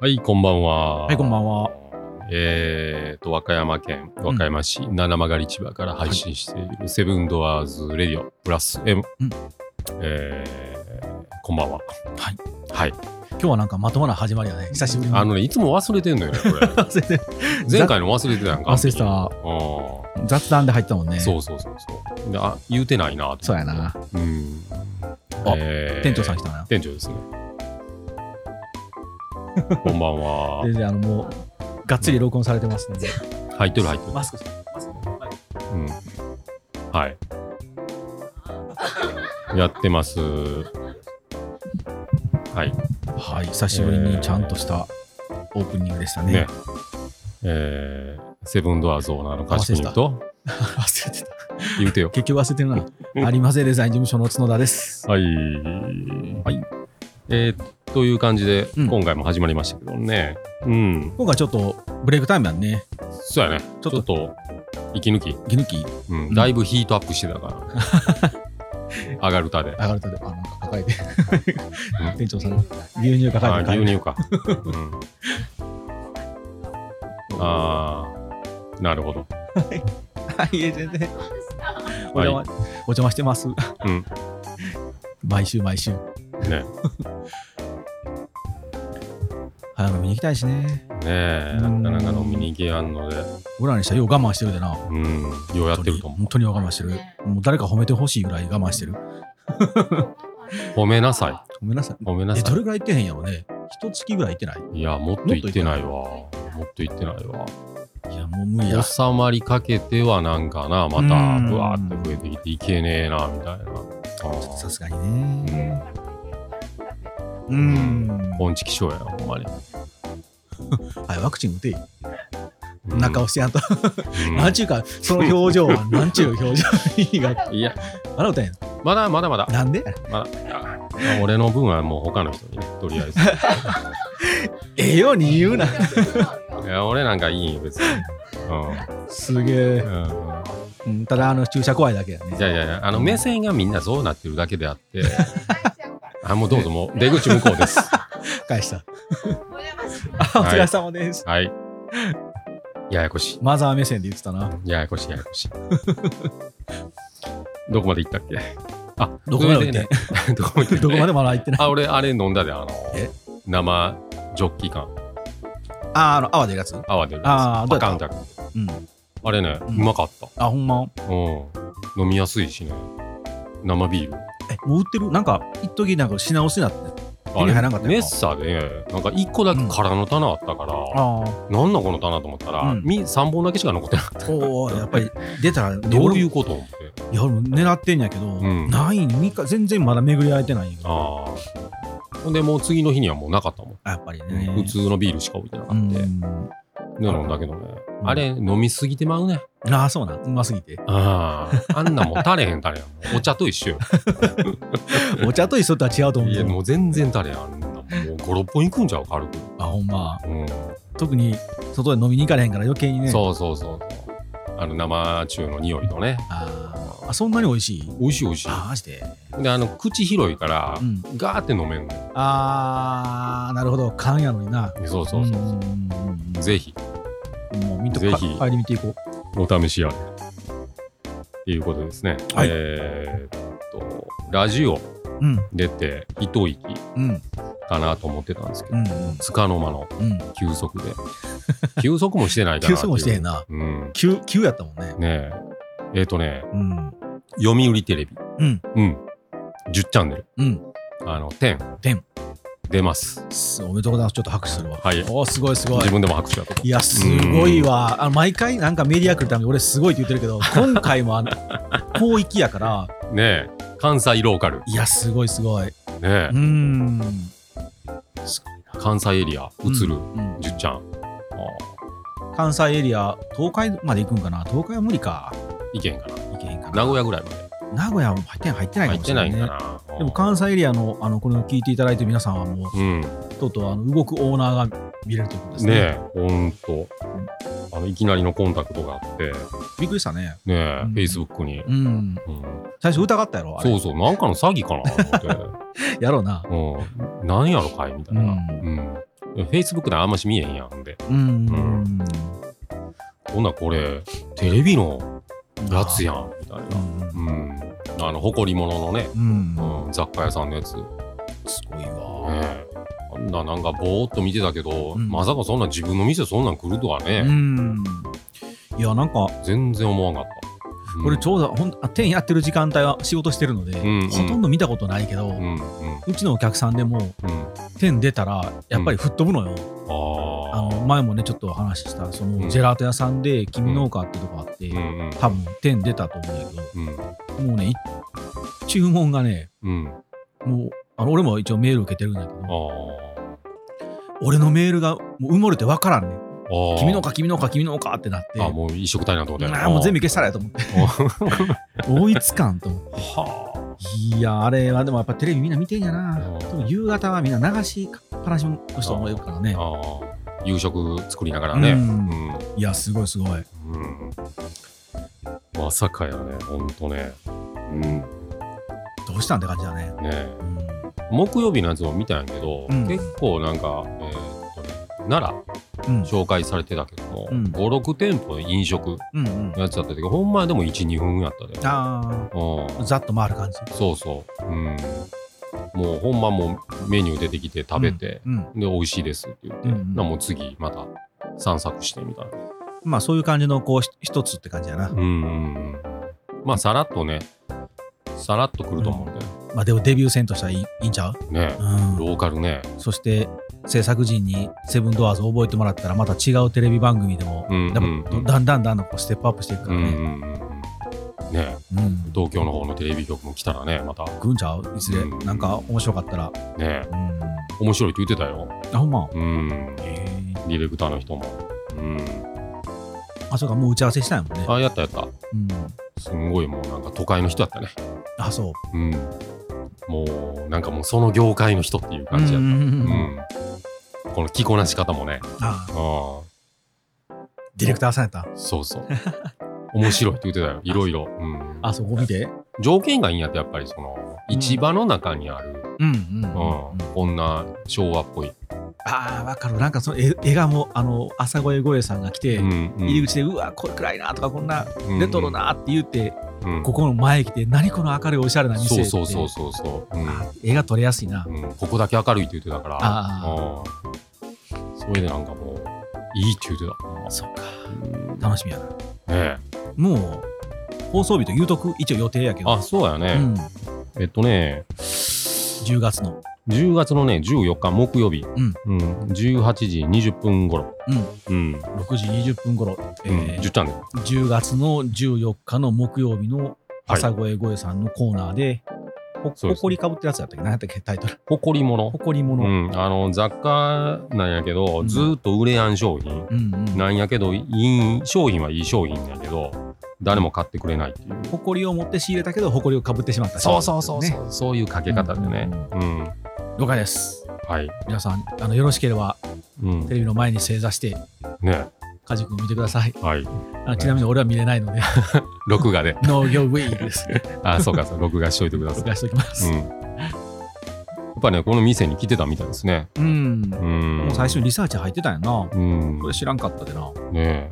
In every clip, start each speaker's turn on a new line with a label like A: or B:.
A: はい、こんばんは。
B: はい、こんばんは。
A: えーと、和歌山県和歌山市七曲市場から配信している、セブンドアーズレディオプラス M。
B: うん
A: えーこんばんは。
B: はい。
A: はい。
B: 今日はなんかまともな始まりやね。久しぶりに。
A: あのね、いつも忘れてんのよね、これ。
B: 全然
A: 前回の忘れてたやんか。
B: 忘れてた
A: うん
B: 雑談で入ったもんね。
A: そうそうそうそう。であ、言うてないなって
B: そうやな。
A: うん。
B: あ
A: えー
B: 店長さん来たな。
A: 店長ですね。こんばん は
B: 全。然あのもう、がっつり録音されてますね。
A: 入ってる入ってる。
B: マスクしてマスクはい
A: うん。はい。やってます。はい。
B: はい、久しぶりにちゃんとしたオープニングでしたね。
A: ね。えー、セブンドアーズオーナーの歌詞に言うと、
B: 忘れてた。
A: 言うてよ。
B: 結局忘れてるな。ありません、デザイン事務所の角田です。
A: はい。
B: はい。
A: えー、という感じで、
B: うん
A: 今回も始まりましたけどね。うん。
B: 今回ちょっとブレイクタイムだね。
A: そうやね。ち
B: ちょ
A: ょ
B: っと
A: っと、息抜き。
B: ギヌキ
A: うん。だいぶヒートアップしてた から。上がる歌で。
B: 上がるとで、あ、なんか抱えて。店長さん、牛乳抱
A: あ
B: えて。
A: 牛乳 か。うん、ああ、なるほど。
B: はい、いえ 全然。お
A: はい
B: 邪魔、お邪魔してます。
A: ん
B: 毎週毎週。
A: ね
B: 早飲みに行きたいしね。
A: ねえ、なかなか飲みに行けやんので、
B: 俺らにしたらよう我慢してるでな。
A: うん、ようやってると思
B: 本当に本当に我慢してる。もう誰か褒めてほしいぐらい我慢してる。
A: う。褒めなさい。
B: ごめんなさい。
A: 褒めな
B: え、
A: さ
B: どれぐらい行ってへんやろね。一月ぐらい行ってない
A: い。いや、もっと行ってないわ。もっと行ってないわ。
B: いや、もう無理や。
A: 収まりかけてはなんかな、ま
B: うん
A: た、ぶわーって増えてきて、いけねえな、みたいな。あ
B: さ
A: ー
B: すがにね。う
A: うん
B: ん。
A: こんちきしょうやな、ほんまに。
B: はい、ワクチン打てい。
A: うん
B: 中、押してやんと。
A: うん
B: なんちゅうか、その表情は、なんちゅう表情。意味が。
A: いや、
B: あら、歌えん。
A: まだまだまだ、
B: なんで
A: まだ。あ俺の分はもう他の人にね、とりあえず。
B: ええように言うな。
A: い や、俺なんかいいよ、別に。う
B: すげえ
A: ん。。うん。
B: うんただ、あの、注射怖いだけやね
A: い。やいやいや、あの、目線がみんなそうなってるだけであって、あ、もうどうぞ、もう出口向こうです。
B: 返した。あ、お
A: はい
B: 疲れ様です。
A: はい。ややこし
B: マザー目線で言ってたな。
A: い。ややこしい、ややこしい。 どこまで行ったっけあ、
B: どこまで行
A: それ
B: っ
A: でね どこまで行った
B: どこまで
A: で
B: も洗いってない。
A: あ、俺、あれ飲んだで、あの
B: え、
A: 生ジョッキ缶、
B: あ、あの、泡出るやつ。う
A: 泡出るやつ。
B: あーどう
A: パカン
B: やっ
A: って
B: た
A: 開く
B: ん。
A: あれね、
B: う
A: うんまかった。
B: あ、ほんま。
A: うん。飲みやすいしね。生ビール。
B: え、もう売ってるなんか、一時なんか品薄になって。手に入らんかったよ
A: メッサで、なんか1個だけ空の棚あったから、
B: あ
A: なんだこの棚と思ったら、
B: うん
A: み3本だけしか残ってなかった。
B: おお、やっぱり出たら、。
A: どういううこと思って。
B: いや、俺も狙ってんやけど、
A: ん
B: ない、三日、全然まだ巡り合えてないんやけど
A: ああ。ほんでもう次の日にはもうなかったもん。
B: あやっぱりね。
A: 普通のビールしか置いてなか
B: う
A: った。で
B: ん。
A: 飲んだけどね。
B: うん
A: あれ飲みすぎてまうね。
B: ああ、そうなん。うますぎて。
A: ああ。あんなもん垂れへん垂れへん。お茶と一緒よ。
B: お茶と一緒とは違うと思う
A: い
B: け
A: や
B: ど。
A: もう全然垂れへん。あんなもう5、6本いくんちゃう軽く。
B: あ、ほんま。
A: うん。
B: 特に、外で飲みに行かれへんから余計にね。
A: そうそうそうそう。あの生中の匂いのね。
B: あーあ、そんなに美味しい
A: 美味しい美味し
B: あー、マジで。
A: い。で、あの口広いから
B: う、ん。
A: ガーって飲めるのよ。
B: あー、なるほど。缶やのにな。
A: そうそうそう。
B: んんうん
A: ぜひ。
B: うんもう見と
A: ぜ
B: か
A: ひ
B: 帰り見ていこう。
A: お試しあれ。っていうことですね。
B: はい
A: えーっと、ラジオ
B: うん、
A: 出て一息
B: うん、
A: かなと思ってたんですけ
B: う
A: ど、
B: ん、
A: つかの間の
B: うん。
A: 休息で。 休息もしてないか
B: 急
A: なってい
B: 速
A: う。
B: もしてへん
A: な。
B: な。
A: うん。
B: 急、急やったもんね。
A: ねえ。えーっとね、
B: うん、
A: 読売テレビ。
B: うん、
A: うん。10チャンネル。
B: うん。
A: あの、10。
B: 天
A: 出ます。
B: すおめでとうございます。ちょっと拍手するわ。
A: はい
B: おーすごいすごい
A: 自。分でも拍手だと。
B: いや、すごいわ。あの毎回なんかメディア来るために俺すごいって言ってるけ ど、今回もあの、広域やから、
A: ねえ。関西ローカル。
B: いや、すごいすごい。う
A: ね
B: ーん。
A: え。関西エリア映る
B: うん
A: 10ちゃん。あ
B: 関西エリア、東海まで行くんかな東海は無理か。
A: あいけへんかな。
B: 行けへんかな。
A: 名古屋ぐらいまで。
B: 名古屋も入ってない、入ってないか
A: 入っ
B: もしてれな、
A: ないいん
B: ね。
A: かな。
B: でも関西エリアのあのこれを聞いていただいてる皆さんはもう
A: うん。
B: とうとうあの動くオーナーが見れるということですね
A: ねえ、ほんと。あの、いきなりのコンタクトがあって、
B: びっくりしたね。
A: ねえ、
B: うん
A: Facebook に。
B: うん。
A: うん
B: 最初疑ったやろあれ。
A: そうそう、なんかの詐欺かなと
B: やろうな。
A: 思って。うん。なんやろかいみたいな。
B: う
A: うんん。 Facebook であんまし見えへんやんほんで。
B: うん
A: うほんならこれ、テレビのやつやん、みたいな。うん。あの、誇り物のね、
B: うん
A: うん、雑貨屋さんのやつ。ね
B: すごいわ
A: え。あんな、なんかぼーっと見てたけど、
B: うん
A: まさかそんな自分の店そんなん来るとは
B: う
A: ね、
B: んいやなんか
A: 全然思わんかった。うん
B: これちょうどほんあ店やってる時間帯は仕事してるので
A: んうん
B: ほとんど見たことないけど
A: うんうん
B: うちのお客さんでも
A: うん。
B: 店出たらやっぱり吹っ飛ぶのよあ
A: ああ。
B: の前もねちょっとお話ししたそうの
A: ん
B: ジェラート屋さんで君農家ってとこあって
A: うんうん。
B: 多分店出たと思うんだ
A: うん
B: けどもうねい注文がね
A: うん。
B: もうあの俺も一応メール受けてるんだけ
A: あ
B: ど
A: ー
B: 俺のメールがもう埋もれて分からんね
A: あー。
B: 君のか君のか君のかってなって
A: あもう一色体なとこだよ
B: ああもう全部消したらやと思って追いつかんと思って
A: はい
B: やあれはでもやっぱテレビみんな見てんやな
A: うん
B: 特に夕方はみんな流しっぱなしの人もいるからね
A: ああー夕食作りながらね
B: う
A: うんん、
B: いやすごいすごい
A: うんまさかやねほんとねうんね
B: どうしたんって感じだね
A: え
B: うん
A: 木曜日のやつも見たんやけど、
B: うん
A: 結構なんかえーっとね奈良
B: うん
A: 紹介されてたけども、
B: うん
A: 56店舗で飲食
B: うんうん
A: のやつだったけどほんまでも12分やったで
B: あ
A: う
B: あざっと回る感じ
A: んそうそううんもうほんまもうメニュー出てきて食べて、
B: うん
A: で美味しいですって言って、
B: うんうん
A: なもう次また散策してみたいな
B: まあそういう感じのこうひ一つって感じやな
A: うんうんうんまあさらっとねさらっと来ると思うんだよ
B: まあでもデビュー戦としたらいいいいんちゃう
A: ね
B: うん
A: ローカルね
B: そして制作陣にセブンドアーズ覚えてもらったらまた違うテレビ番組でも
A: うんうん
B: やっ
A: う
B: ぱ
A: ん
B: だんだんだんだんこうステップアップしていく
A: う
B: から
A: んうん
B: ね
A: うんうんね
B: うん
A: 東京の方のテレビ局も来たらねまた
B: 食うんちゃういずれ
A: うん
B: なんか面白かったら
A: ね
B: うん
A: 面白いって言ってたよ
B: あほんま
A: うん
B: ええ
A: ディレクターの人もうん
B: あそうかもう打ち合わせしたんやもんね
A: あやったやった
B: うん
A: すんごいもうなんか都会の人だったね
B: あそう
A: うんもうなんかもうその業界の人っていう感じや
B: う
A: っ
B: ん
A: た
B: うんうんうん
A: うんこの着こなし方もね
B: あ
A: うん
B: ディレクターさんやった
A: そうそう。面白いって言ってた よ。いろいろ。うん、
B: あそこ見て
A: 条件がいいんやって、やっぱりその、
B: うん
A: 市場の中にある、
B: うんうん
A: う、
B: うんん
A: こんな昭和っぽい。
B: ああわかるなんかその絵絵がもうあの朝声声さんが来て
A: うんうん
B: 入り口でうわこれ暗いなとかこんな
A: うん
B: レトロなって言って
A: うん
B: ここの前来て何この明るいおしゃれな店っ
A: そ
B: て
A: うそうそうそうそう、うん
B: あ絵が撮れやすいな
A: うんここだけ明るいって言ってたから、
B: あ
A: うんそれでなんかもう、いいって言ってたな。
B: そうか
A: うんね
B: 楽しみやな
A: え
B: もう放送日と言うとく一応予定やけど
A: あ、そうや
B: う
A: ね、
B: ん
A: えっとね、
B: 10月の
A: 10月のね、14日木曜日、
B: ん
A: うん18時20分頃、
B: うん
A: うん
B: 6時20分頃、え
A: うん
B: ー
A: 10チャンネル。
B: 10月の14日の木曜日の朝声声さんのコーナーで、
A: そ
B: ほ
A: うですね
B: ほこりかぶってるやつだったっけ何やったっけタイトル。
A: 誇り物
B: ほ。こりも
A: う
B: の。
A: ん、あの雑貨なんやけど、
B: うん
A: ずーっと売れやん商品
B: うんうん。
A: なんやけどいい商品はいい商品やけど誰も買ってくれないっていう
B: ほこりを持って仕入れたけど、ほこりをかぶってしまった。ね
A: ねそういうかけ方でねうん、
B: 了解です。
A: はい、
B: 皆さん、あのよろしければ
A: うん
B: テ、レビの前に正座して、
A: ね
B: カジ君を見てください。
A: はい
B: あちなみに俺は見れないので、
A: 録画で
B: 農業ウェイです。
A: あ そうか そう録画しといてください、
B: 録画しておきま
A: うん、
B: す。
A: やっぱねこの店に来てたみたいですね
B: うん。
A: うん
B: もう最初にリサーチ入ってたんやな。
A: うん
B: これ知らんかったでな。
A: ね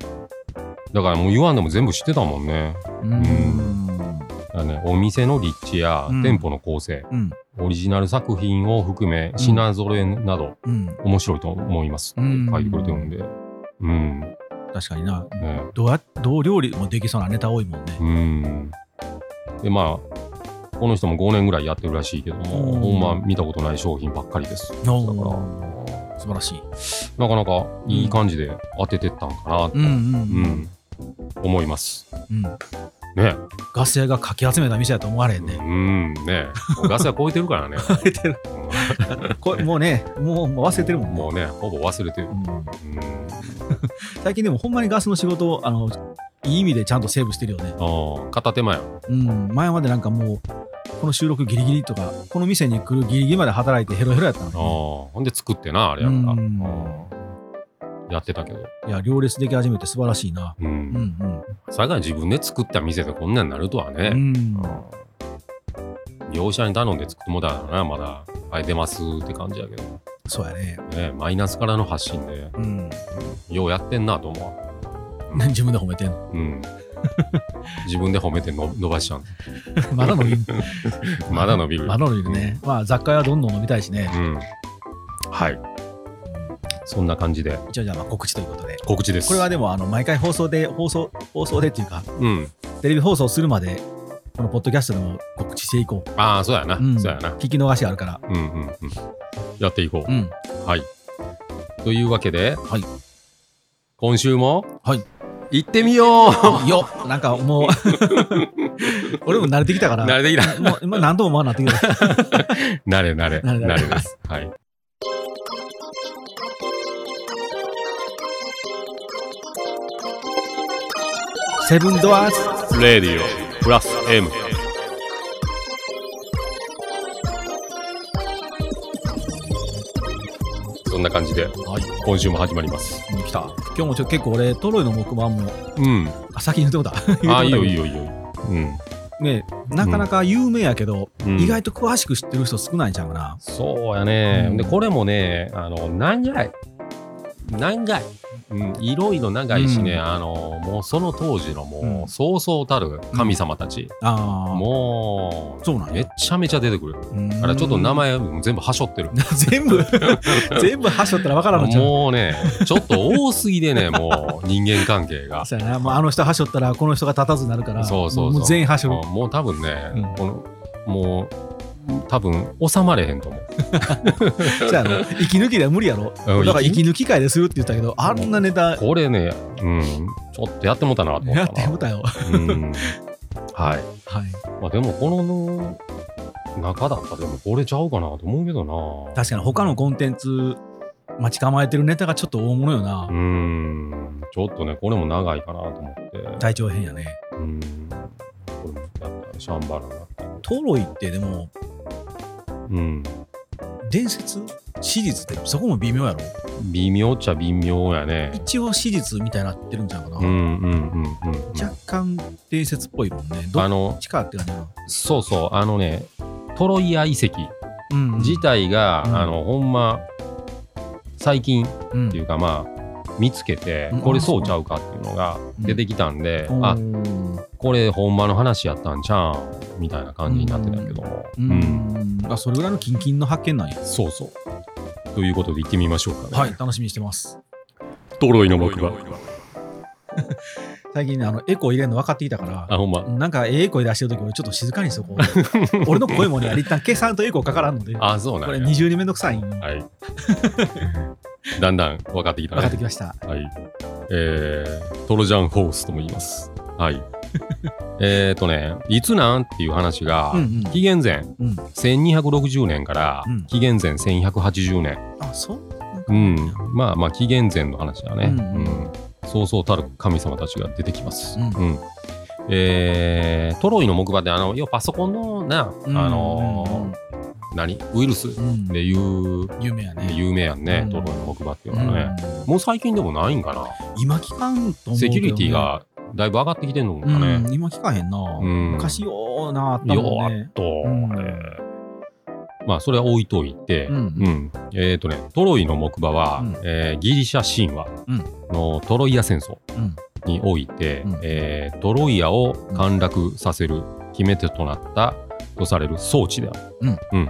A: だからもう言わんでも全部知ってたもんね
B: うん。
A: だからねお店の立地や
B: うん
A: 店舗の構成、
B: うん。
A: オリジナル作品を含め品揃えなど
B: うん。
A: 面白いと思いますって書いてくれてるんで、うん、ね、
B: 確かにな。どうやどう料理もできそうなネタ多いもんね。
A: うん。で、まあ、この人も5年ぐらいやってるらしいけども、
B: うん
A: ほんま見たことない商品ばっかりです。だか
B: お
A: ら、
B: 素晴らしい。
A: なかなかいい感じで当ててったんかなって、
B: ん
A: うん、思います。
B: うん。
A: ね。
B: ガス屋がかき集めた店だと思われへん
A: う
B: ね。
A: ん、ね。もうガスは 超えてるからね。
B: これもうね、もうもう忘れてる
A: う
B: も
A: ん
B: ん
A: も
B: ね。
A: うね、ほぼ忘れてる。
B: うん
A: うん、
B: 最近でもほんまにガスの仕事をあのいい意味でちゃんとセーブしてるよね。
A: あー片手間や。
B: うん。前までなんかもうこの収録ギリギリとかこの店に来るギリギリまで働いてヘロヘロやった
A: あー
B: の
A: ほんで作ってな、あれやから。
B: うん
A: うんやってたけど。
B: に。いや両立でき始めて素晴らしいな。
A: う
B: うんんうん。
A: さか自分で作った店でこんなんなるとは
B: う
A: ね、
B: ん。
A: 業者に頼んで作ってもらったらなまだはい出ますって感じやけど
B: そうやね。
A: ね、マイナスからの発信で、
B: うん。
A: ようやってんなと思うわ。
B: 自分で褒めてんの。
A: うん。自分で褒めての伸ばしちゃう。
B: まだ伸びる。
A: まだ伸びる。
B: まだ伸びるね。まあ、雑貨屋はどんどん伸びたいしね
A: う。ん。はい。そんな感じで
B: 一応、じゃあまあ告知ということで。
A: 告知です。
B: これはでも、あの、毎回放送で、放送、放送でっていうか、
A: うん。
B: テレビ放送するまで、このポッドキャストでも告知していこう。
A: ああ、そうやな。
B: うん
A: そうやな。
B: 聞き逃しあるから。
A: うんうんうん。やっていこう。
B: うん。
A: はい。というわけで、
B: はい
A: 今週も、
B: はい
A: 行ってみよう
B: よなんかもう 俺も慣れてきたから
A: 慣れてきた。
B: もう今何度も回らなってき た
A: 慣れ慣れ。
B: 慣れ慣れ
A: です。はい。
B: セブンドアーズ
A: レディオプラス M。そんな感じで、
B: はい
A: 今週も始まります。
B: もう来た今日もちょっと結構俺トロイの木馬も
A: うん。
B: あ先 に言うてもうた言うてもうた
A: ああ、いいよいいよ
B: よ
A: いいよ。うん。
B: ねなかなか有名やけど、
A: うん
B: 意外と詳しく知ってる人少ないんちゃうかな
A: そうやね、
B: うん
A: でこれもねあの長い長い、うん、いろいろ長いしね、
B: うん
A: あのもうその当時の
B: う
A: も
B: ん
A: うそうそうたる神様たち、
B: ああ
A: も
B: そうな
A: うんめ
B: や
A: ちゃめちゃ出てくる
B: うん
A: からちょっと名前全部はしょってる
B: 全 部全部はしょったらわからんのちゃう
A: もうねちょっと多すぎで ねもう人間関係が
B: そうやなもうあの人はしょったらこの人が立たずになるから
A: そうそうそう
B: もう全員はしょ
A: もうもう多分ね、
B: うん
A: このもう多分収まれへんと思う
B: るじゃあの息抜きでは無理やろ
A: うん
B: だから息抜き会でするって言ったけどあんなネタ
A: これね、うん、ちょっとやってもうたなと思ったな
B: やってもうたよ
A: うんはい
B: はい
A: まあでもこの中だったらでもこれちゃうかなと思うけどな。
B: 確かに他のコンテンツ待ち構えてるネタがちょっと大物よな、
A: うーん、ちょっとね、これも長いかなと思って。
B: 体調変やね
A: うん。これもやっぱシャンバラになってる。
B: トロイってでも
A: うん。
B: 伝説史実ってそこも微妙やろ
A: 微妙っちゃ微妙やね。
B: 一応史実みたいになってるんちゃうかな、
A: うんうんうんうんうん。
B: 若干伝説っぽいもんねど
A: あ
B: っ
A: の、
B: ちかって感じな
A: そうそう、あのね、トロイア遺跡
B: うんうん
A: 自体が、
B: うん
A: あの、ほんま、最近っ
B: うん
A: ていうか、まあ、見つけて
B: うん、
A: これそうちゃうかっていうのが出てきたんで、あ、
B: うん
A: これほんまの話やったんちゃうんみたいな感じになってたけども、
B: う
A: うん
B: んあそれぐらいのキンキンの発見なんや
A: そうそうということで行ってみましょうかね、
B: はい楽しみにしてます
A: トロイの木馬
B: 最近ねあのエコー入れるの分かってきたから
A: あほんま
B: なんかええ声出してる時俺ちょっと静かにしとこう俺の声もね一旦計算とエコーかからんので
A: あそうな
B: これ
A: ん
B: 二
A: や
B: 重にめんどくさいん
A: はい だんだん分かってきた
B: 分かって
A: ね
B: きました。
A: はいえー、トロジャンホースとも言いますはい えーとねいつなんっていう話が、
B: うん
A: 紀元前
B: うん。うん。
A: 1260年から
B: うん
A: 紀元前1180年
B: あ、そう
A: うん、まあまあ紀元前の話だね、
B: うん
A: うんそうそうたる神様たちが出てきます、
B: うん
A: えートロイの木馬であの要はパソコンのな、あのー何ウイルス
B: ー、うん
A: でいう
B: 有名やね。
A: 有名やんね、
B: うん
A: トロイの木馬っていう
B: う
A: のはね、
B: ん
A: もう最近でもないんかな、
B: 今聞かんと思うけどね。
A: セキュリティがだいぶ上がってきてるの
B: う
A: かね、
B: ん、今聞かへんな。
A: ん
B: 昔よーなあった
A: よ
B: もん
A: ー
B: ね
A: っ。と、
B: うん
A: あれまあそれは置いといて、
B: うん
A: うんえっ、とねトロイの木馬は、
B: うん
A: えーギリシャ神話のトロイア戦争
B: うん
A: において、
B: うん
A: えートロイアを陥落させる決め手となったとされる装置である、
B: うん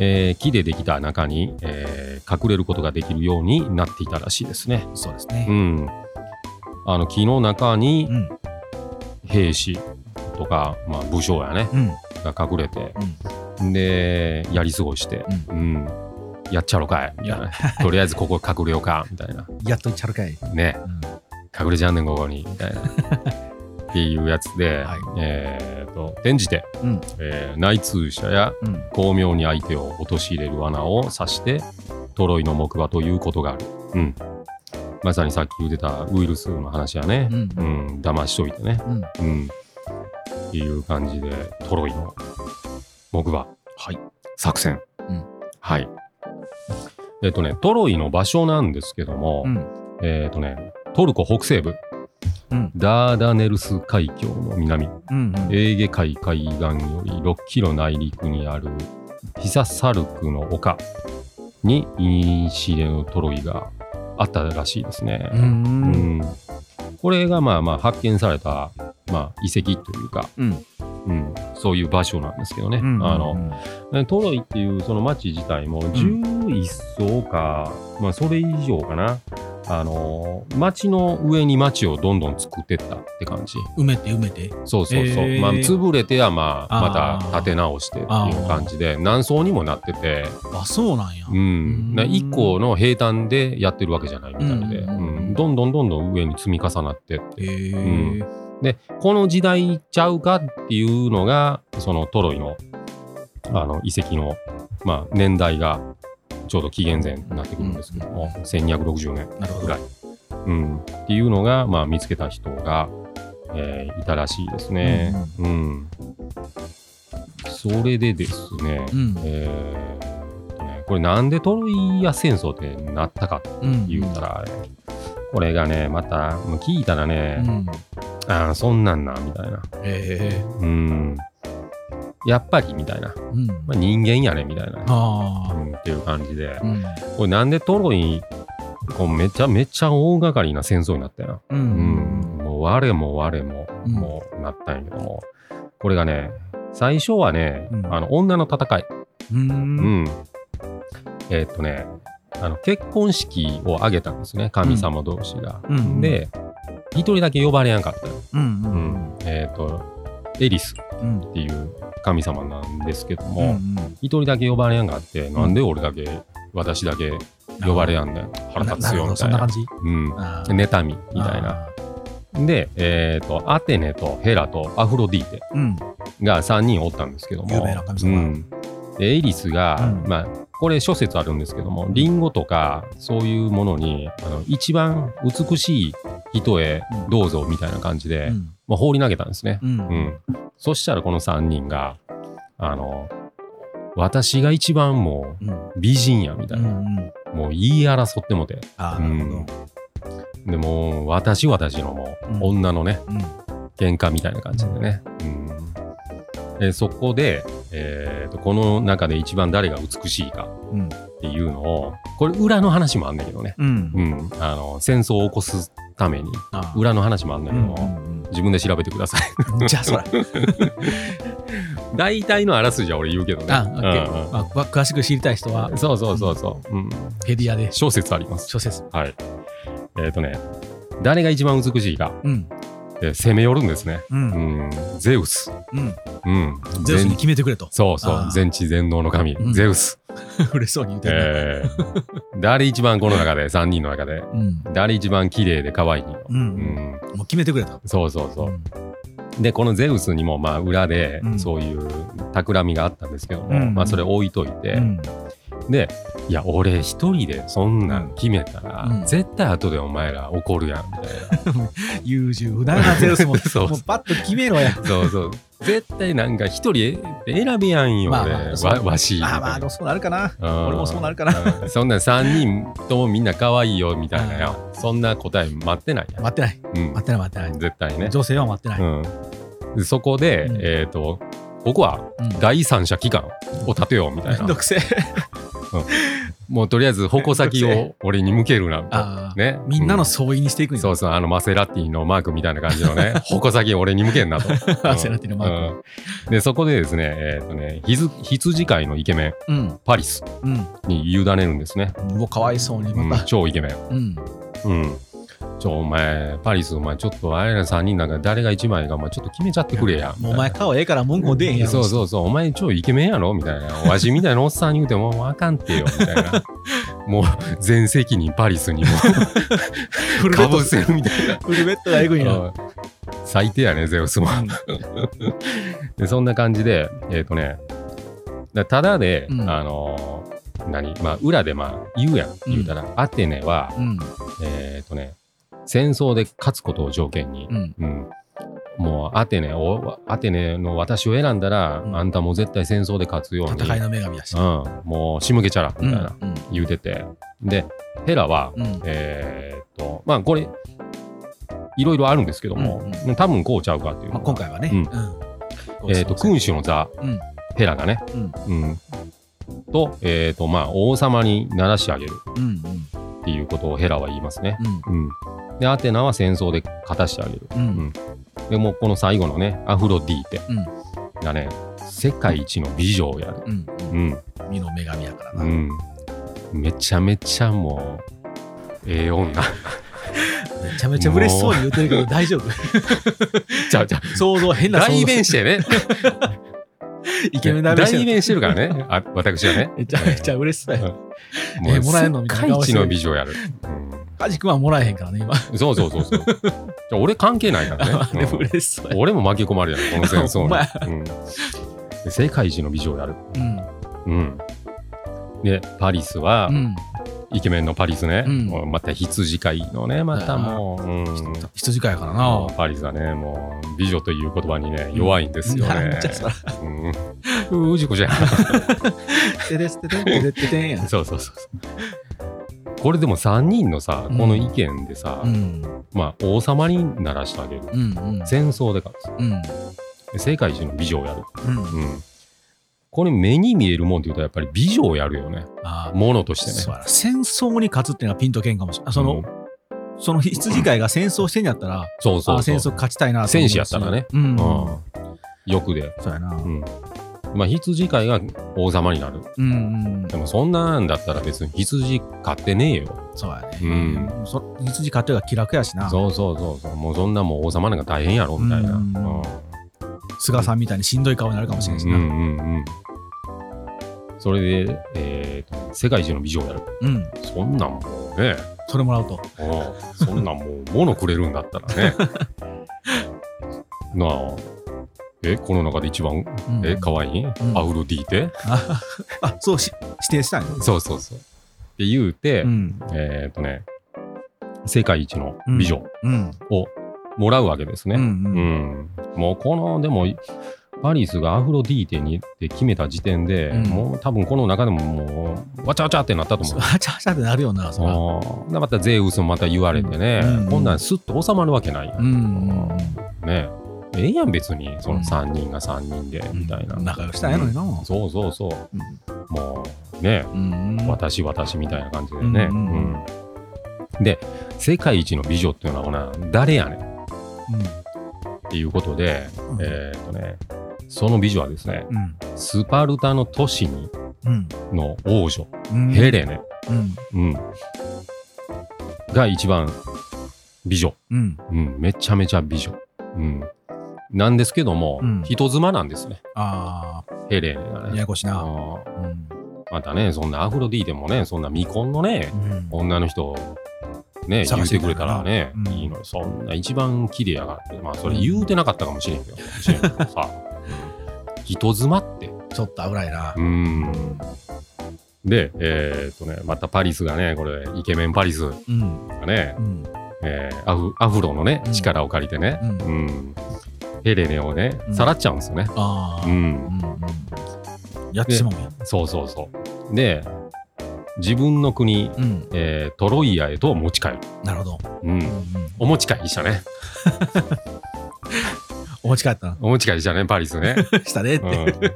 A: えー木でできた中に、えー隠れることができるようになっていたらしいですね。
B: そうです
A: う
B: ね。
A: ん、あの木の中に
B: うん。
A: 兵士とか、まあ、武将やね、
B: うん。
A: が隠れて、でやり過ごして、う
B: う
A: んやっちゃろかいみたいな とりあえずここ隠れようかみたいな
B: やっといっちゃるかい。
A: ね
B: うん
A: 隠れちゃんねんここにみたいなっていうやつで、
B: はい
A: えーと転じて、
B: うん
A: えー内通者や
B: うん。
A: 巧妙に相手を陥れる罠を指してトロイの木馬ということがある、うん、まさにさっき言ってたウイルスの話やね、
B: うん
A: う。ん騙しといてね、
B: うん。
A: うん、っていう感じでトロイの木馬
B: はい。
A: 作戦、
B: うん
A: はいえっ、とねトロイの場所なんですけども、
B: うん。
A: えっ、とねトルコ北西部
B: うん。
A: ダーダネルス海峡の南、
B: うん。うん
A: エーゲ海海岸より6キロ内陸にあるヒササルクの丘にインシデのトロイがあったらしいですね。
B: ううん。
A: うんこれがまあまあ発見された、まあ、遺跡というか、
B: うん。
A: うん、そういう場所なんですけどね、
B: うん。
A: あのトロイっていうその町自体も11層か、まあ、それ以上かなあの町の上に町をどんどん作ってったって感じ
B: 埋めて埋めて。
A: そうそうそう、
B: へー
A: まあ、潰れてはまあ
B: あー
A: また建て直してっていう感じで何層にもなってて、
B: あ、そうなんや。
A: うん、
B: うん
A: 1個の平坦でやってるわけじゃないみたいで、
B: う
A: うんんどんどんどんどん上に積み重なってって
B: へえ。
A: でこの時代ちゃうかっていうのがそのトロイのあの遺跡の、まあ、年代がちょうど紀元前になってくるんですけども、1260年、
B: なるほ
A: ぐ
B: ど
A: ら。いうん、っていうのが、まあ、見つけた人が、えーいたらしいですね。うん、それでですね、
B: うん。
A: えーっとねこれなんでトロイア戦争ってなったかって言うたら、これがねまたもう聞いたらね、
B: うん。
A: ああそんなんなみたいな
B: へえ。
A: うんやっぱりみたいな、
B: うん。
A: まあ、人間やねみたいな、
B: あ
A: うん、っていう感じで
B: あ。うん。
A: これなんでトロイこうめちゃめちゃ大掛かりな戦争になったよ
B: う
A: な、うん
B: ん。
A: もう我も我も
B: うん
A: もうなったんやけども、これがね最初はね、
B: うん
A: あの女の戦い
B: う。
A: うんん。えーっとね、あの結婚式を挙げたんですね、神様同士が。
B: うん
A: で、一人だけ呼ばれやんかったの。
B: うん。うん。う。
A: うんんえーっと、エリスっ
B: うん。
A: ていう神様なんですけど
B: う
A: も、
B: ん。
A: 一人だけ呼ばれやんかって、なんで俺だけ、私だけ呼ばれやんねん。腹立つよみたい
B: なるほ
A: な。
B: どそん
A: うん。
B: な感じ。
A: 妬みみたいな。
B: あ
A: で、えーっと、アテネとヘラとアフロディーテ
B: ー。うん。
A: が3人おったんですけども
B: 有名な神様
A: うんでエリスが、
B: うん
A: まあ、これ諸説あるんですけどもリンゴとかそういうものにあの一番美しい人へ
B: うん
A: どうぞみたいな感じで、
B: うん。
A: まあ、放り投げたんですね、
B: う。
A: うんん、そしたらこの3人があの私が一番も
B: うん。
A: う美人やみた
B: う
A: いな、
B: ん。うん。
A: もう言い争ってもて
B: ああ、なるほど。
A: でもう私私のもう
B: うん
A: 女のね、
B: うん。
A: 喧嘩みたいな感じでね。うんでそこで、えーと、この中で一番誰が美しいか
B: う
A: っ
B: ん。
A: ていうのを、これ裏の話もあんだけどね。
B: うん
A: う。ん。あの、戦争を起こすために、
B: あー
A: 裏の話もあんだけど、
B: うん
A: 自分で調べてください。
B: うんじゃあそら。
A: 大体のあらすじは俺言うけどね。
B: あ、オッケー
A: うんうん
B: まあくわ詳しく知りたい人は、
A: そうそうそうそう。うん。
B: ペディアで
A: 小説あります。
B: 小説。
A: はい。えっ、とね、誰が一番美しいか
B: うん。
A: って攻め寄るんですね。
B: う。
A: うんん。ゼウス。
B: うん。
A: うん。
B: ゼウスに決めてく れと。
A: そうそう
B: あー、
A: 全知全能の神、
B: うん
A: ゼウス。
B: 嬉しそうに言ってるね。
A: えー 誰一番この中で、3人の中で、
B: うん。
A: 誰一番綺麗で可愛いの。
B: う。
A: うんん、
B: もう決めてくれと。
A: そうそうそうう。
B: ん
A: で、このゼウスにも、まあ、裏で
B: う、ん
A: そういう企みがあったんですけども、
B: うん
A: まあ、それ置いといて、
B: うん
A: で、いや、俺一人でそんなん決めたら、
B: うん
A: 絶対後でお前ら怒るやん、みたいな。
B: 優柔不断なゼウスも、も
A: そう
B: うパッと決めろや。
A: そうそう。絶対なんか一人で選べやんよ、
B: まあ
A: 俺
B: まあそう
A: わわし。
B: まあまあ、でもそうなるかな。
A: うん
B: 俺もそうなるかな。
A: うんそんな3人ともみんな可愛いよみたいなよ。そんな答え待ってないやん。
B: 待ってない。
A: うん
B: 待ってない、待ってない。
A: 絶対ね。
B: 女性は待ってな
A: う
B: い。
A: んでそこで、
B: うん
A: えっ、と、ここは
B: うん
A: 第三者機関を立てようみたい
B: めんど
A: な。
B: くせえ。
A: もうとりあえず矛先
B: めんど
A: を俺に向けるな。
B: ああ。
A: ね。
B: みんなの
A: う
B: 相違にしていくんや。
A: そうそう、あのマセラティのマークみたいな感じのね、矛先を俺に向けんなと。
B: マセラティのマー
A: ク、うんで、そこでですね、えっ、とね、ひず羊飼いのイケメン、
B: うん。
A: パリス
B: うん。
A: に委ねるんですね。
B: うわ、かわいそうに、
A: うん
B: また。
A: 超イケメン。
B: うん。
A: うん。ちょ、お前、パリス、お前、ちょっと、あれら3人なんか、誰が1枚が、お前、ちょっと決めちゃってくれや。
B: もうお前、顔ええから文句も出えへんやろ。
A: そうそうそう、お前、超イケメンやろみたいな。わしみたいなおっさんに言うても、もうあかんってよ、みたい な。もう、全責任パリスにも、
B: フルベ
A: か
B: ッド
A: ぶせるみたいな。
B: フルベッドがえぐいな。
A: 最低やね、ゼウスも。で、そんな感じで、えっ、とね、だただで、
B: うん
A: あのー何まあ、裏で、まあ、言うやん。言うたら、アテネは、
B: うん。
A: えっ、とね、戦争で勝つことを条件に、
B: うん。
A: うん、もうアテネをアテネの私を選んだら、
B: うん
A: あんたも絶対戦争で勝つように
B: 戦いの女神だし。
A: うん、もう仕向けちゃらみたいな、
B: うん。
A: 言うててでヘラは、
B: うん。
A: えーっとまあこれいろいろあるんですけども、
B: うん
A: 多分こうちゃうかっていうの
B: まあ、
A: は、
B: 今回はね。
A: うん
B: ん。
A: えーっと君主の座
B: うん。
A: ヘラがね、
B: うん
A: うんと、えっ、と、まあ、王様にならし上げる
B: うんうん
A: っていうことをヘラは言いますね。
B: うん
A: うん。で、アテナは戦争で勝たしてあげる。
B: うん
A: でもうこの最後のね、アフロディーテ
B: うん
A: がね、世界一の美女やで。
B: うん
A: うん。
B: 美の女神やからな、
A: うん。めちゃめちゃもう、ええ 女。
B: めちゃめちゃ嬉しそうに言ってるけど大丈夫
A: ちゃうちゃう。
B: 想像変な想
A: 代
B: 像
A: 弁して ね。
B: イケメン代弁して
A: 代
B: る
A: 弁してるからね。あ私 はね。
B: めちゃめちゃ嬉しそうや、
A: うん
B: えもらえんのみたい
A: 世
B: な
A: 界
B: 顔して
A: 一
B: る
A: の美女やる。
B: カジ君はもらえへんからね今、
A: うんそうそうそうそう。じゃあ俺関係ないからね。
B: でも
A: うん
B: 嬉しそうや、
A: 俺も巻き込まれるやん、この戦争
B: お前
A: に。うんで世界一の美女をやる。
B: うん
A: うん。で、パリスは
B: う、ん、
A: イケメンのパリスね。
B: うん
A: もうまた羊飼いのね、またもう。うん
B: 羊飼いやからな、
A: もうパリスはね、もう美女という言葉にね、弱いんですよ
B: なん
A: ね
B: じゃ。そら
A: うん。うじこじゃん。
B: テレステテンテレテテンや ん
A: そうそうそうそう。これでも3人のさ、この意見でさ、
B: うん
A: まあ王様にならしてあげる。
B: うんうん
A: 戦争で勝つ。
B: うん
A: で世界一の美女をやる。
B: うん
A: うん。これ目に見えるもんって言うとやっぱり美女をやるよね。
B: あ
A: ものとして
B: そ
A: ね。
B: うやな戦争に勝つっていうのはピンとけんかもしれないそ
A: う
B: の、
A: ん
B: その羊飼いが戦争してんやったら、
A: そうそう
B: あ
A: そ
B: 戦
A: う。
B: 争勝ちたいなと思う
A: 戦
B: し
A: 士やったらね
B: うん、
A: うん。欲で。
B: そうやな
A: う。
B: うん
A: まあ羊飼いが王様になる。
B: んうん
A: でもそんなんだったら別に羊飼ってねえよ。
B: そうやね、
A: うん
B: そ羊飼ってるが気楽やしな
A: そうそうそうそう。もうそんなもう王様なんか大変やろみたいな。
B: う
A: うんん。
B: 菅さんみたいにしんどい顔になるかもしれんし
A: うん
B: な、
A: うんうん。それで、えーと世界一の美女をやる。
B: うん、
A: そんなんもうね、
B: それもらうと
A: うんそんなんもう物くれるんだったら ね。なあ、え、この中で一番、
B: うん
A: え、可愛い、
B: ん
A: アフロディーテ
B: ああそうし指定したいの
A: そうそうそう。って言うて、
B: うん
A: えっ、とね、世界一の美女
B: うん
A: をもらうわけですね。
B: う
A: うんん、もうこのでもパリスがアフロディーテにって決めた時点で、
B: うん
A: もう多分この中でももうわちゃわちゃってなったと
B: そ
A: 思
B: う
A: う。
B: はちゃはちゃってなるよなそら
A: うんでまたゼウスもまた言われてね、
B: うん
A: こんなんすっと収まるわけないや、
B: うんん
A: ねええやん別にそ
B: うん
A: の3人が3人でみたいな、
B: 仲良くしたいのにな
A: うんそうそうそう
B: うん
A: もうね
B: うんうん
A: 私私みたいな感じでね、う
B: う
A: んん
B: うん
A: で世界一の美女っていうのはほな誰やねんっ
B: うん
A: ていうことで、
B: うん
A: えーっとねその美女はですね
B: うん
A: スパルタの都市に
B: うん
A: の王女、
B: うん
A: ヘレネ、
B: う
A: う
B: ん
A: ん、が一番美女、
B: うん
A: うん、めちゃめちゃ美女、うん、なんですけども、
B: うん
A: 人妻なんですね
B: あ
A: ヘレネが
B: あや
A: ね
B: やこしい
A: あ
B: な
A: ー
B: うん
A: またねそんなアフロディーテもねそんな未婚のね
B: うん
A: 女の人をね言
B: 探
A: う
B: して
A: て
B: く
A: くれ
B: れた
A: た
B: ら
A: らね、
B: うん
A: いいのよそんな一番綺麗やがってまあそれ言うてなかったかもしれんけど知らんけどさうん人妻って
B: ちょっと危ないな
A: うんで、えーっとね、またパリスがね、これ、イケメンパリス
B: うん
A: がね、
B: うん
A: えーアフアフロのね
B: うん、
A: 力を借りてね、
B: う
A: うんんヘレネをね
B: う、ん
A: さらっちゃうんですよね。
B: ああ
A: う、
B: うんんうんやってしまうんや
A: そうそうそう。で、自分の国、
B: うん
A: えートロイアへと持ち帰る。
B: なるほど
A: う
B: うん
A: ん、
B: うん
A: お持ち帰りしたね。
B: お持ち帰ったな
A: お持ち帰りしたね、パリスね。
B: したねっ
A: う
B: て
A: ん、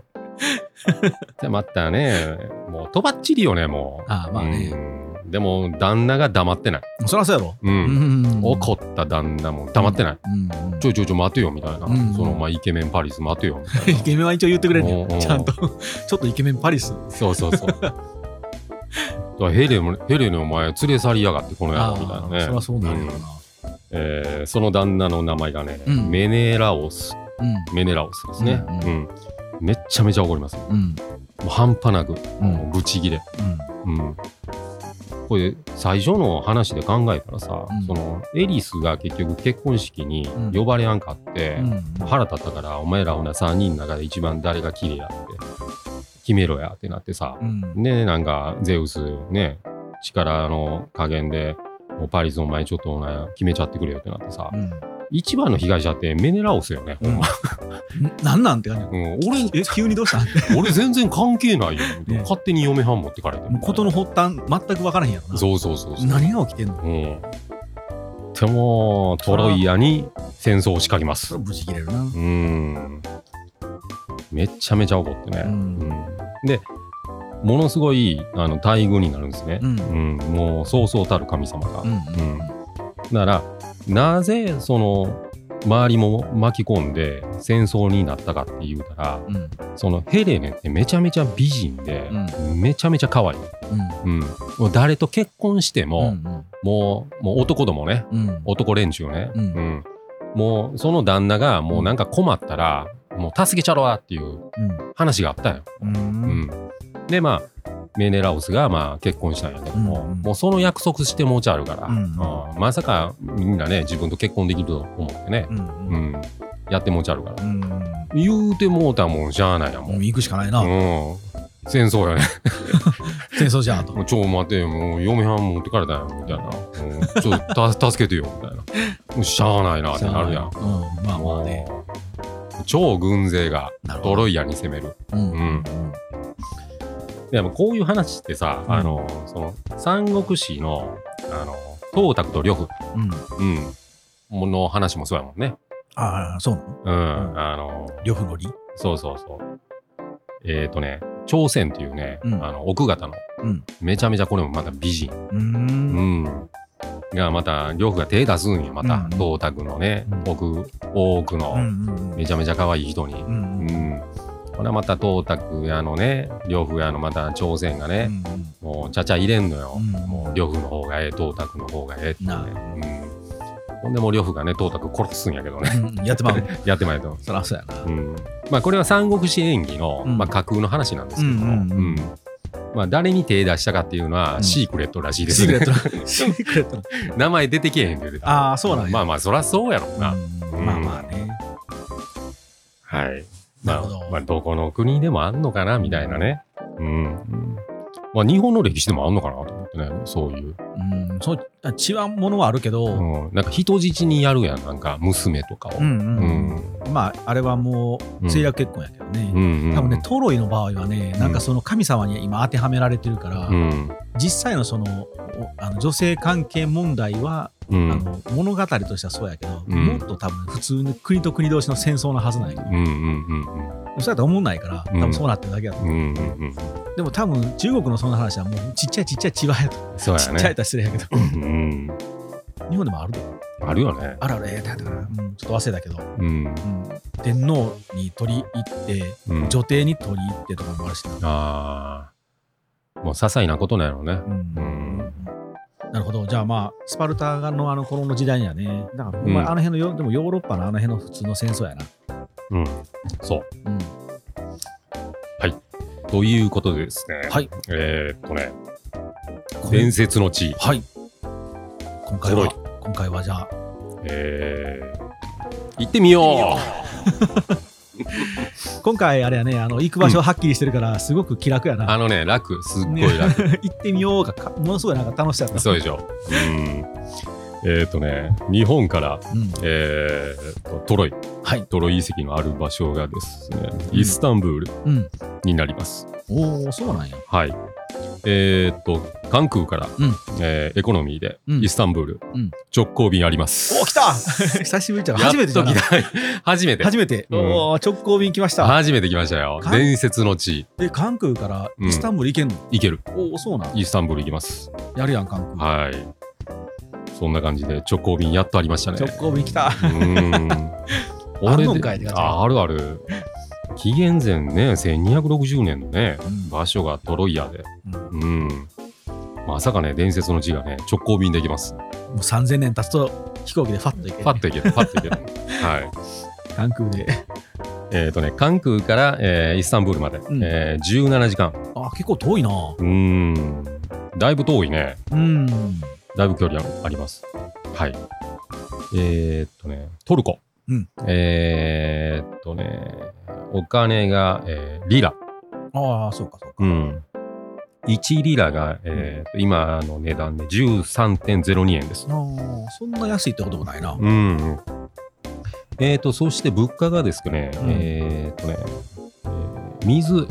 A: で、またね、もうとばっちりよね、もう。
B: ああまあね
A: うんでも、旦那が黙ってない。
B: そりゃそうやろ
A: う
B: うんんうん
A: 怒った旦那も黙ってない。
B: うんうん
A: ちょいちょいちょい待てよみたいな。
B: うん
A: そのまあイケメンパリス待てよ みたいな。
B: イケメンは一応言ってくれんね
A: おうおう
B: んちゃんとちょっとイケメンパリス
A: そうそうそう。だからヘレもヘレのお前連れ去りやがってこの野郎みたいなね。
B: そりゃそうなるよな
A: うんえーその旦那の名前がね、
B: うん
A: メネラオス。
B: うん
A: メネラオスですね。
B: う
A: うんん、めっちゃめちゃ怒ります。も
B: うん
A: う半端なく、
B: うん
A: もうぶち切れ。うん。これ最初の話で考えたらさ、
B: うん
A: そのエリスが結局結婚式に呼ばれやんかって、
B: うん
A: 腹立ったから、お前らほな3人の中で一番誰が綺麗やって、決めろやってなってさ
B: う、ん
A: ね、なんか、ゼウスね、力の加減で、もうパリスお前ちょっとお前決めちゃってくれよってなってさ、
B: うん
A: 一番の被害者ってメネラオスよね、ほんま。
B: んなんなんって感じ
A: うん、
B: え急にどうしたん
A: 俺、 俺全然関係ないよ。
B: ね
A: 勝手に嫁はん持ってかれて。
B: もう事の発端全く分からへんやろな
A: そうそうそうそう。
B: 何が起きてんの
A: うん。でも、トロイアに戦争を仕掛けます
B: そ。れ無事切れるな
A: うん。めちゃめちゃ怒ってね。
B: うん
A: うんで、ものすごいあの大遇になるんですね
B: う、ん
A: うんもうそうそうたる神様が。
B: うん
A: うんだからなぜその周りも巻き込んで戦争になったかって言うたら
B: うん
A: そのヘレネってめちゃめちゃ美人で、めちゃめちゃ可愛い、うん、もう誰と結婚して
B: うん
A: も、もうもう男どもね
B: うんうん
A: 男連中ね、
B: うん
A: うんもうその旦那がもうなんか困ったらもう助けちゃろわっていう話があったんよ。
B: うんうん
A: うんでまあメネラウスがまあ結婚したんやけども、
B: うんうん
A: もうその約束してもうちゃあるから、
B: うん
A: あーまさかみんなね自分と結婚できると思ってね、
B: うん
A: うんやってもうちゃあるから、
B: うんうん
A: 言うてもうたもんしゃあないやも
B: も
A: ん、
B: う行くしかないな、
A: うん、戦争やね
B: 戦争じゃあと
A: もうちょ待てよもう嫁はん持ってかれたよみたいな、うんちょっとた助けてよみたいなもうしゃあないなってなるやん
B: うんまあまあね
A: うん超軍勢が
B: なるほ
A: ト
B: ど
A: ロイアに攻める
B: うん
A: うんでもこういう話ってさ、
B: うん
A: あのその三国志のあの董卓と呂布、
B: うん
A: うん、もの話もそうやもんね。
B: ああそうなの
A: うん、
B: ん
A: あの
B: 呂布のり
A: そうそうそう。えっ、とね朝鮮っていうね、
B: うん
A: あの奥方の、
B: うん
A: めちゃめちゃこれもまた美人、う
B: う
A: ん
B: ん
A: がまた呂布が手出すんよま
B: うん
A: た董卓、のね
B: うん
A: 奥多くの、
B: うんうん
A: めちゃめちゃ可愛い人に。
B: うんうん
A: う
B: うん
A: んこれはまた董卓やのね呂布やのまた朝鮮がね、もうちゃちゃ入れんのよ、
B: うん
A: もう呂布の方がええ董卓の方がええってね、
B: な
A: うん、ほんでもう呂布がね董卓殺すんやけどね
B: うんうんやってまう
A: やってまいと、
B: そらそうや な
A: うんまあ、これは三国志演義の、
B: うん
A: まあ、架空の話なんですけども、
B: うんうんうん
A: うんまあ、誰に手出したかっていうのは、
B: うん
A: シークレットらしいで
B: シ
A: す
B: ー
A: ね
B: クレットなシークレットな
A: 名前出てけえへんって言うてた
B: ああそうなんや
A: まあまあそらそうやろな、
B: うんまあまあね
A: はい
B: なるほど
A: まあまあ、どこの国でもあんのかなみたいなねうんまあ、日本の歴史でもあんのかなと思ってねそういう
B: うんそうあ違うものはあるけど
A: うん、なんか人質にやるやん、なんか娘とかを。
B: うんうん
A: うん
B: まああれはもう政略結婚やけど
A: う
B: ね
A: んうん
B: 多分ねトロイの場合はねなんかその神様に今当てはめられてるから
A: うん
B: 実際のそのおあの女性関係問題は、
A: う
B: あ
A: ん
B: の物語としてはそうやけど、
A: うん
B: もっと多分普通の国と国同士の戦争のはずなんやけど、
A: うんうんうん
B: そうやったら思んないから多
A: う
B: 分
A: ん
B: そうなってるだけやと、
A: うんうんうん
B: でも多分中国のそんな話はもうちっちゃいちっちゃい千葉やと、
A: うんそう
B: ち
A: や
B: っちゃい
A: ね。
B: と失礼やけど
A: うん
B: 日本でもあるで
A: あるよね。
B: あるあるええだったかな、うん、ちょっと忘れたけど、
A: うん
B: うん、天皇に取り入って
A: うん
B: 女帝に取り入ってとかもあるしな、
A: ああ。もう些細なことなんやろね。
B: うん
A: うん
B: なるほど。じゃあまあ、スパルタのあの頃の時代にはね、だから、まあ
A: うん
B: あの辺のヨ、でもヨーロッパのあの辺の普通の戦争やな。
A: うん。そう。
B: うん。
A: ということでですね。
B: はい。
A: えーっとね、
B: こん
A: 伝説の地。
B: はい。今回
A: トロイ
B: は、今回はじゃあ、
A: えー行ってみよ
B: 今回あれやね、あの、行く場所ははっきりしてるから、すごく気楽や
A: う
B: な。
A: あのね、楽。すっごい
B: ね
A: 楽。
B: 行ってみようがか、ものすごいなんか楽しかった。
A: そうでしょ。うん。えーっとね、日本から
B: うん。
A: えーとトロイ、
B: はい
A: トロイ遺跡のある場所がですね、
B: うん
A: イスタンブール
B: うん。
A: になります。
B: おおそうなんや。
A: はい。えーと、関空から、
B: うん
A: えーエコノミーで
B: うん
A: イスタンブール、
B: うん
A: 直行便あります。
B: おお来た 久しぶりじゃん。
A: やっ
B: 初
A: と
B: めてじゃん
A: 来た。 初めて。
B: 初めて。
A: うん
B: おお直行便来ました。
A: 初めて来ましたよ。
B: 関
A: 伝説の地、
B: で、関空からイスタンブール行けんの、
A: 行ける。
B: おおそうなん。
A: イスタンブール行きます。
B: やるやん、関空。
A: はい。そんな感じで直行便やっとありましたね。
B: 直行便来た。
A: うー ん。
B: あんのんかいって感じ
A: ああるある。紀元前ね、1260年のね、
B: うん
A: 場所がトロイアで。
B: うん
A: うん。まさかね、伝説の地がね、直行便できます。
B: もう3000年経つと飛行機でファッと行ける
A: パッと行ける、パッと 行ける。はい。
B: 関空で
A: えっ、とね、関空から、えーイスタンブールまで、
B: ん
A: えー17時間。
B: あ結構遠いな
A: うーん。だいぶ遠いね。
B: うん
A: だいぶ距離あります。はい。えー、っとね、トルコ。
B: うん
A: えー、っとね、お金が、えーリラ。
B: ああそうかそうか
A: うん。1リラが、えーと今の値段で13.02円です。
B: ああそんな安いってこともないな
A: うん。えー、と、そして物価がですね、
B: うん
A: えー、とね、えー水、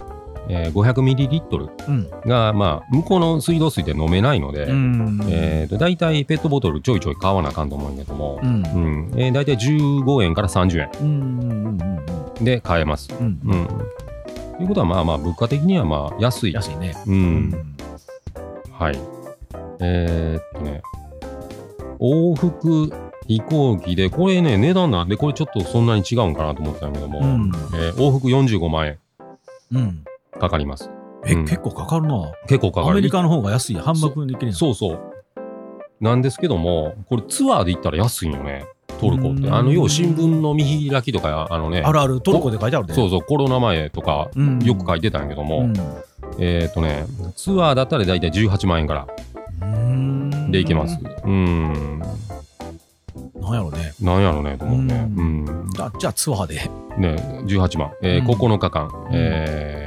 A: えー、500ミリリットル
B: うん
A: が、まあ、向こうの水道水で飲めないので、
B: うん
A: えー、と大体ペットボトルちょいちょい買わなあかんと思うんやけども
B: う、ん
A: うんえー、大体15円から30円
B: うんうんうんうん
A: で買えます。
B: うん
A: うんいうことは、まあまあ、物価的にはまあ安い。
B: 安いね。
A: う。。
B: うん
A: はい。えーっとね、往復飛行機で、これね、値段なんで、これちょっとそんなに違うんかなと思ってたんやけども、
B: うん。
A: えー往復45万円
B: うん。
A: かかります。
B: え、
A: うん
B: 結構かかるな。
A: 結構かかる。
B: アメリカの方が安い。半額できるやん。
A: そうそう。なんですけども、これツアーで行ったら安いんよね、トルコっ
B: う
A: て。
B: ん
A: あの、要は新聞の見開きとか、あのね、
B: あるある、トルコで書いてあるで。。
A: そううそう、コロナ前とか、
B: ん、
A: よく書いて
B: て
A: たんやけど
B: あ
A: も、えっ、とね、ツアーだったら大体18万円から
B: うん。
A: で行けます。うん、
B: なんやろね。
A: なんやろね、と思うね。
B: う
A: うん、
B: じゃあ、じゃあツアーで。
A: ね、18万、えー
B: うん
A: 9日間、えー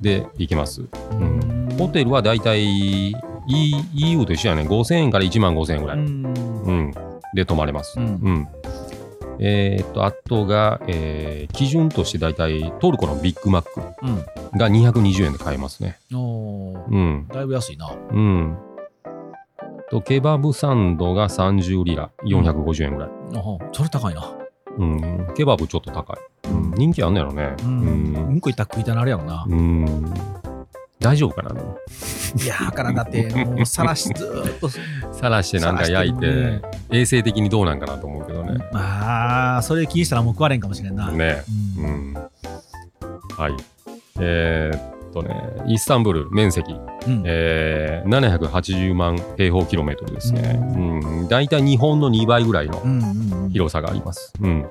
A: で行けます。んホテルは大体、e、EU と一緒やね、5000円から1万5000円ぐらい。
B: うん。
A: うん、で泊まれます。
B: う
A: うんんえーっとあとが、えー基準として大体トルコのビッグマック
B: うん。
A: が220円で買えますね。
B: おー
A: うん
B: だいぶ安いな。
A: うん、とケバブサンドが30リラ450円ぐらい、
B: あはそれ高いな。
A: うん、ケバブちょっと高い、うん、人気あんのやろね。
B: う
A: うん
B: ん。うんこいったら食いたなるやろな。
A: うん大丈夫かなでも
B: いやー、からだ って、もう、さらしずーっと。
A: さらしてなんか焼いて
B: さらしてね
A: 衛生的にどうなんかなと思うけどね。
B: まあ、それ気にしたらもう食われんかもしれんな。
A: ね
B: うん
A: うん、はい。えーっとね、イスタンブール面積、
B: うん
A: えー780万平方キロメートルですね。うん、大体日本の2倍ぐらいの
B: うんうんうん
A: 広さがあります。うん。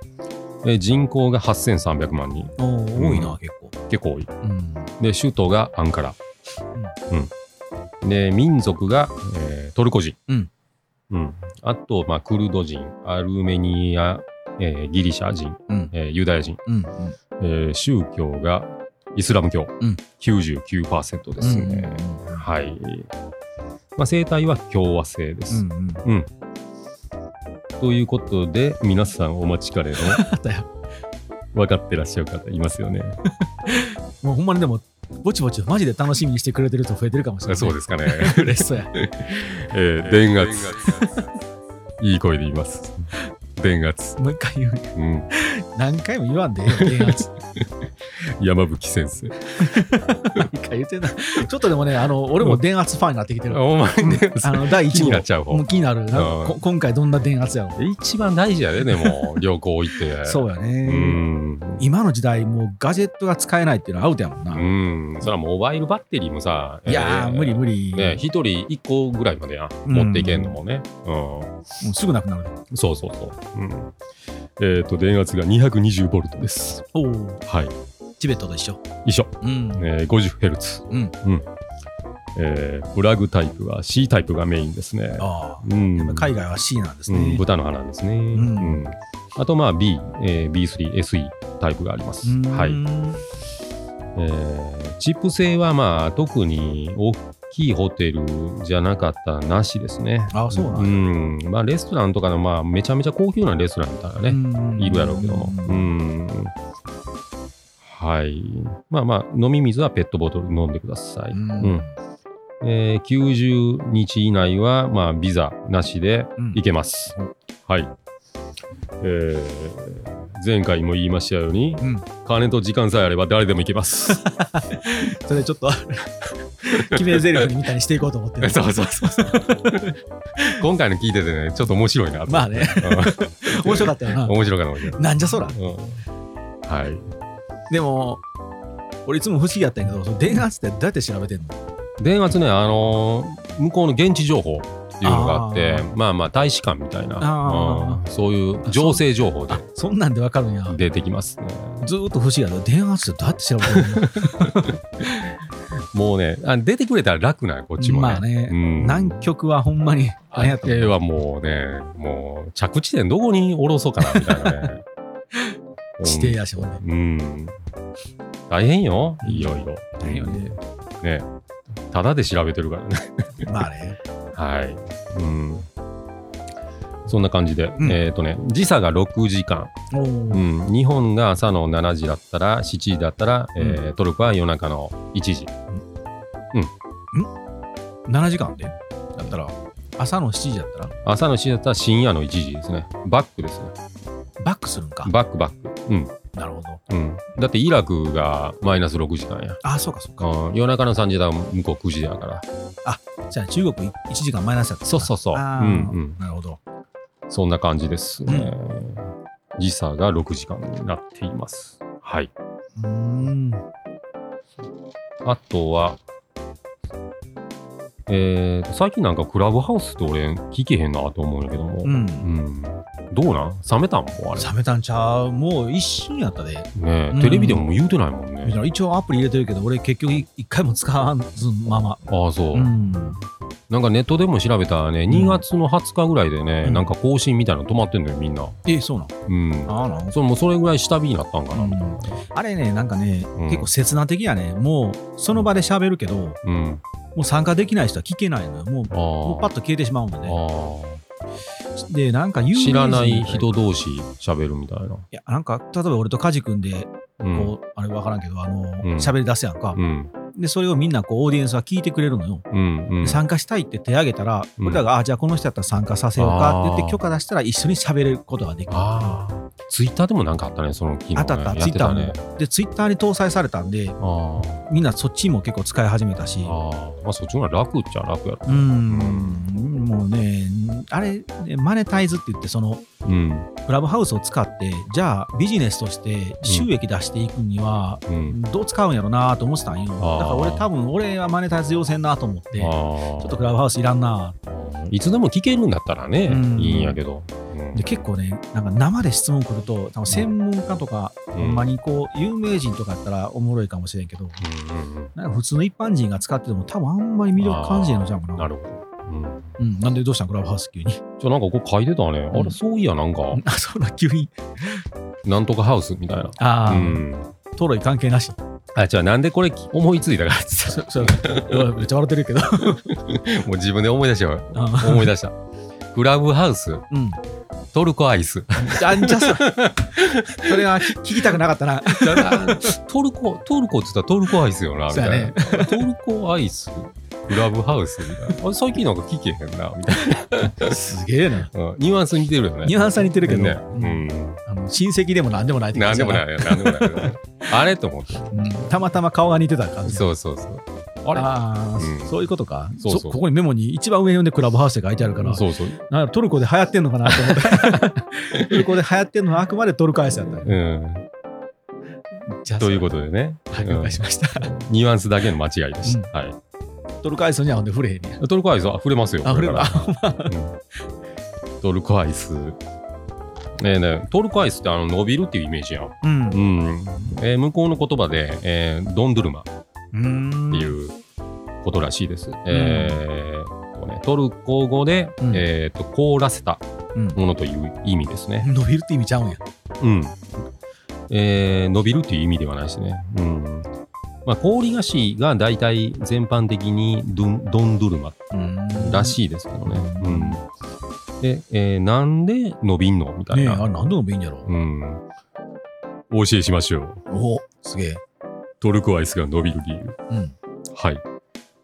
A: えー人口が8300万人、
B: おー多いうな、結構。
A: 結構多い。
B: うん。
A: で、首都がアンカラ。うん。で、民族が、えートルコ人。
B: うん。
A: うん、あと、まあ、クルド人、アルメニア、えーギリシャ人、
B: うん
A: えーユダヤ人、
B: うん
A: えー宗教がイスラム教、
B: うん
A: 99%ですね、はい、まあ、政体は共和制で
B: う
A: す、
B: んうん。
A: ということで皆さんお待ちかねの
B: あ ったや。
A: 分かってらっしゃる方いますよね
B: もうほんまにでも、ぼちぼち、マジで楽しみにしてくれてる人増えてるかもしれない。。
A: そうですすか ね、
B: 嬉しそうや。
A: えー電圧いい声で言います電圧、
B: もう一回言う。
A: うん、
B: 何回も言わんでえ えよ電圧。
A: 山吹先生
B: 何回言ってんな。ちょっとでもね、あの、俺も電圧ファンになってきてる。
A: お前 ね
B: あの、第
A: 気
B: 一
A: に
B: 部
A: なっ。ちゃう
B: も
A: 方
B: う気になる。なんかこ今回どんな電圧やろ
A: 一番大事や ででも旅行行って
B: う。そうや
A: う
B: ね。
A: ん
B: 今の時代、もうガジェットが使えないっていうのはアウトやもんな。
A: うん、そらモバイルバッテリーもさ、
B: いやー、無理無理。
A: ね、一人一個ぐらいまでや、
B: うん
A: 持っていけんのもね。うん。
B: もうすぐなくなる。
A: そうそうそう。うん、えっ、と、電圧が220ボルトです。
B: おお。
A: はい。
B: チベットと一緒。
A: 一緒。
B: うん。
A: えー、50ヘルツ。
B: うん。
A: えープラグタイプは C タイプがメインですね。
B: ああ。
A: うん
B: やっぱ海外は C なんです
A: う
B: ね。
A: ん、豚の花ですね。うんん。あと、まあ、B、えー B3、SE タイプがあります。
B: うん
A: はい。えーチップ製はまあ特に大きいホテルじゃなかったらなしですね。
B: あそうなんや
A: んまあレストランとかのまあめちゃめちゃ高級なレストランだったらね、
B: ん
A: いるやろうけども。う
B: うん
A: ん。はい。まあまあ飲み水はペットボトル飲んでください。うんえー90日以内はまあビザなしで
B: うん
A: 行けます。
B: うん
A: はい。えー前回も言いましたように、
B: うん
A: 金と時間さえあれば誰でも行け ます。
B: それちょっと 決め台詞みたいにしていこうと思って る
A: そうそうそうそう。今回の聞いててね、ちょっと面白いなと。
B: まあね面白かったよ
A: う
B: なん
A: 面白かった、面白かっ
B: なんじゃそら
A: た。うんはい。
B: でも俺いつも不思議やったんやけどその電圧ってどうやって調べてんの
A: 電圧ね、あのー向こうの現地情報っていうのがあって、
B: あ
A: まあまあ大使館みたいな
B: あ、
A: うんそういう情勢情報で
B: あそんなんでわかるんや
A: 出てきますね。
B: ずーっと不思議やった電圧ってどうやって調べてんの
A: もうね、あ出てくれたら楽な、こっちもね。
B: まあね
A: うん、
B: 南極はほんまにあれや
A: あ
B: った。
A: れはもうね、もう着地点どこに降ろそうかなみたいなね
B: 地底や しほんで
A: うん。大変よ、いろいろ。
B: 大変よね
A: ね。ただで調べてるからね。
B: まあね
A: はい。うん。そんな感じで、
B: うん
A: えっ、とね、時差が6時間、
B: お
A: う
B: ー
A: ん。日本が朝の7時だったら、7時だったら、えートルコは夜中の1時。
B: 7時間でだったら朝の7時だったら
A: 朝の7時だったら深夜の1時ですね。バックですね。
B: バックするんか
A: バックバック。うん。
B: なるほど。
A: うん、だってイラクがマイナス6時間や、
B: あ、そうかそうか。
A: うん、夜中の3時だ向こう9時やから
B: じゃあ中国い一時間マイナスだった
A: そうそうそう、う
B: あー
A: んうん、
B: う。なるほど。
A: そんな感じですね、時差が6時間になっていますはい
B: うん。うん
A: あとはえーと最近なんかクラブハウスって俺聞けへんなと思うんやけども、
B: うん。
A: うんどうなん冷めたんもうあれ
B: 冷めたんちゃうもう一瞬やったで。
A: ねえ、
B: うん
A: テレビでも言うてないもんね。
B: 一応アプリ入れてるけど、俺結局い一回も使わずまま。
A: ああそう、
B: うん。
A: なんかネットでも調べたらね2月の20日ぐらいでね、
B: うん
A: なんか更新みたいなの止まってんのよみんな
B: え、そうな
A: うん
B: のああ、なるほど
A: それもうそれぐらい下火になったんかな
B: うんあれね、なんかね、
A: うん
B: 結構切な的やね。もう、その場で喋るけど、も
A: うん
B: う参加できない人は聞けないのよ。もう、
A: あ
B: もう
A: ー
B: パッと消えてしまうのね。
A: あ
B: で、なんか
A: ー
B: 有名人
A: 知らない人同士喋るみたいな、
B: いや、なんか、例えば俺とカジ君で、
A: うん
B: こう、あれ分からんけど、あの、
A: うん
B: 喋り出すやんか。
A: うん
B: で、それをみんな、こう、オーディエンスは聞いてくれるのよ。
A: うんうん
B: で参加したいって手挙げたら、
A: うん
B: 俺らが、あ、じゃあこの人やったら参加させようかって言っ
A: あー
B: て許可出したら一緒に喋ることができる。
A: ああツイッターでもなんかあったねその機能、ね、
B: あったあった、
A: や
B: ツ
A: っ
B: イ
A: て
B: ッ
A: た
B: ターも、
A: ね
B: で、ツイッターに搭載されたんで、
A: あー
B: みんなそっちも結構使い始めたし、
A: あーまあそっちの方が楽っちゃ楽やろ
B: うーん、もうね、あれ、マネタイズって言って、その、
A: うん
B: クラブハウスを使って、じゃあビジネスとして収益出していくには、
A: うん
B: どう使うんやろなと思ってたんよ。だ
A: ー
B: から俺多分、俺はマネタイズ要せんなと思って、
A: あ
B: ちょ
A: ょ
B: っとクラブハウスいらんない
A: つでも聞けるんだったらね、
B: うん
A: いいんやけど。うん
B: で結構ね、なんか生で質問来ると、多分専門家とか、
A: うん
B: ほんまにこう、有名人とかやったらおもろいかもしれんけど、
A: うんうん
B: なんか普通の一般人が使ってても、多分あんまり魅力感じへんのじゃんか
A: うん
B: な。
A: なるほど。うん
B: うん、なんでどうしたんクラブハウス急に。
A: じゃあなんかここ書いてたね。あ
B: う
A: れ、
B: ん
A: そういや、なんか、
B: あ、そんな急に。
A: なんとかハウスみたいな。
B: ああ、
A: うん。
B: トロイ関係なし。
A: あ、じゃあなんでこれ思いついたかって
B: そそううんめっちゃ笑ってるけど。
A: 言ったもう自分で思い出しちゃう。
B: あ
A: 思い出 した。クラブハウス、
B: うん。
A: トルコアイ ス。
B: じゃあ、じゃあそそれは聞聞きたくなかったな。
A: じゃあトルコ、トルコって言ったらトルコアイスよな、みたいな。
B: そう
A: トルコアイス、クラブハウスみたいな。あれ、最近なんか聞けへんな、みたい
B: すげえな。
A: な。うんニュアンス似てるよね。
B: ニュアンスは似てるけど、
A: ね。
B: う
A: うんん。
B: あの親戚でも何でもないって
A: な
B: 感
A: ん
B: じ
A: で
B: や
A: もない、なんでも ない。あれと思って。
B: うんたまたま顔が似てた感じや。
A: そうそうそう。あれ
B: ああ、
A: うん
B: そういうことか
A: そうそう
B: そここにメモに一番上に読んでクラブハウスって書いてあるから、
A: そうそう。
B: なんやろトルコで流行ってんのかなと思って。 トルコで流行ってんのはあくまでトルコアイスだったね。
A: うん。
B: じゃあ
A: ということでね。
B: はい、
A: うん
B: 了解しました。
A: ニュアンスだけの間違いでした。は
B: トルコアイスにはほんで触れへんねや。
A: い。トルコアイスは触れますよ。
B: あ触れる
A: こからうんトルコアイス。ねえねえトルコアイスってあの伸びるっていうイメージやん。
B: うん
A: うん。えー向こうの言葉で、えードンドゥルマっ
B: うん
A: ていうことらしいです。えーっとねトルコ語で、
B: うん
A: えーっと凍らせた
B: うん
A: ものという意味ですね。
B: 伸びるって意味ちゃうんや。
A: うんえー伸びるっていう意味ではないですね。うんまあ、氷菓子が大体全般的にドンドンドゥルマらしいですけどね。うんで、えーなんで伸びんのみた
B: ね
A: い
B: え、
A: な、
B: あれ何でもいいんやろ。
A: うん。お教えしましょう。
B: おすげえ。
A: トルコアイスが伸びる理由。
B: うん。
A: はい。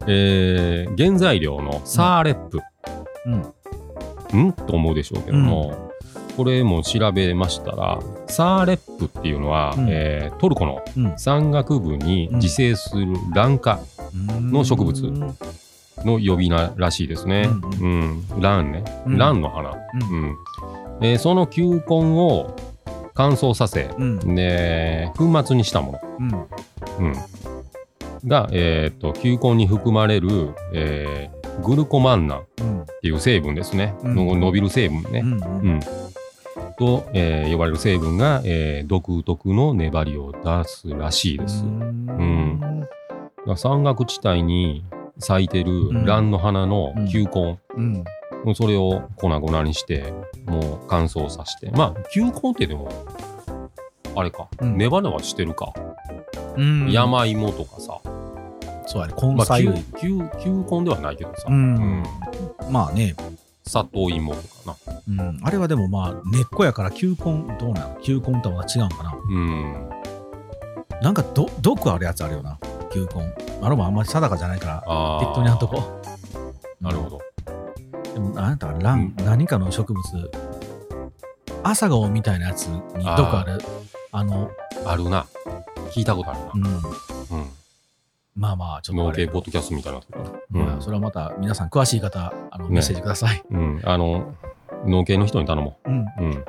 A: えー原材料のサーレップ。
B: うん。
A: んと思うでしょうけども、これも調べましたらサーレップっていうのは、
B: うん
A: えートルコの
B: うん
A: 山岳部に自生する蘭花の植物
B: うん
A: の呼び名らしいですね。うん、蘭ね、
B: うん
A: 蘭の花。うんえーその球根を乾燥させ、
B: うん。
A: ね、粉末にしたも
B: うん。
A: の、うん、が、えー、と球根に含まれる、えーグルコマンナンっ
B: うん。
A: ていう成分ですね、
B: うん
A: の伸びる成分ね。
B: うん。
A: うん、と、えー呼ばれる成分が、えー独特の粘りを出すらしいです。んだから山岳地帯に咲いて
B: ん
A: る蘭の花の球根、
B: うん。
A: それを粉々にしてもう乾燥させてまあ球根ってでもあれか、
B: うん
A: ネバネバしてるか、
B: うん。
A: 山芋とかさ、
B: そうやね、根
A: まあ、
B: 菜
A: 球
B: 類。
A: 球球根ではないけどさ、
B: うん
A: うん
B: まあね、
A: 里芋とかな、
B: うんあれはでもまあ、根っこやから球根、どうなの球根とは違うんかな
A: うん、
B: なんかど毒あるやつあるよな、球根。あれもあんまり定かじゃないから、
A: あー
B: 適当にあんとこ。
A: なるほど、
B: でもあなたはラン、
A: う
B: 何かの植物朝顔みたいなやつに毒あるあの
A: あるな。聞いたことあるな
B: う。
A: う
B: ん、
A: ん。
B: まあまあ、ちょっと
A: 農
B: あれ
A: 系ポッドキャストみたいなとこう
B: まあそれはまた皆さん詳しい方、あの
A: ね
B: メッセージください。
A: ん。うん。あの、農系の人に頼も
B: うん
A: う。うん。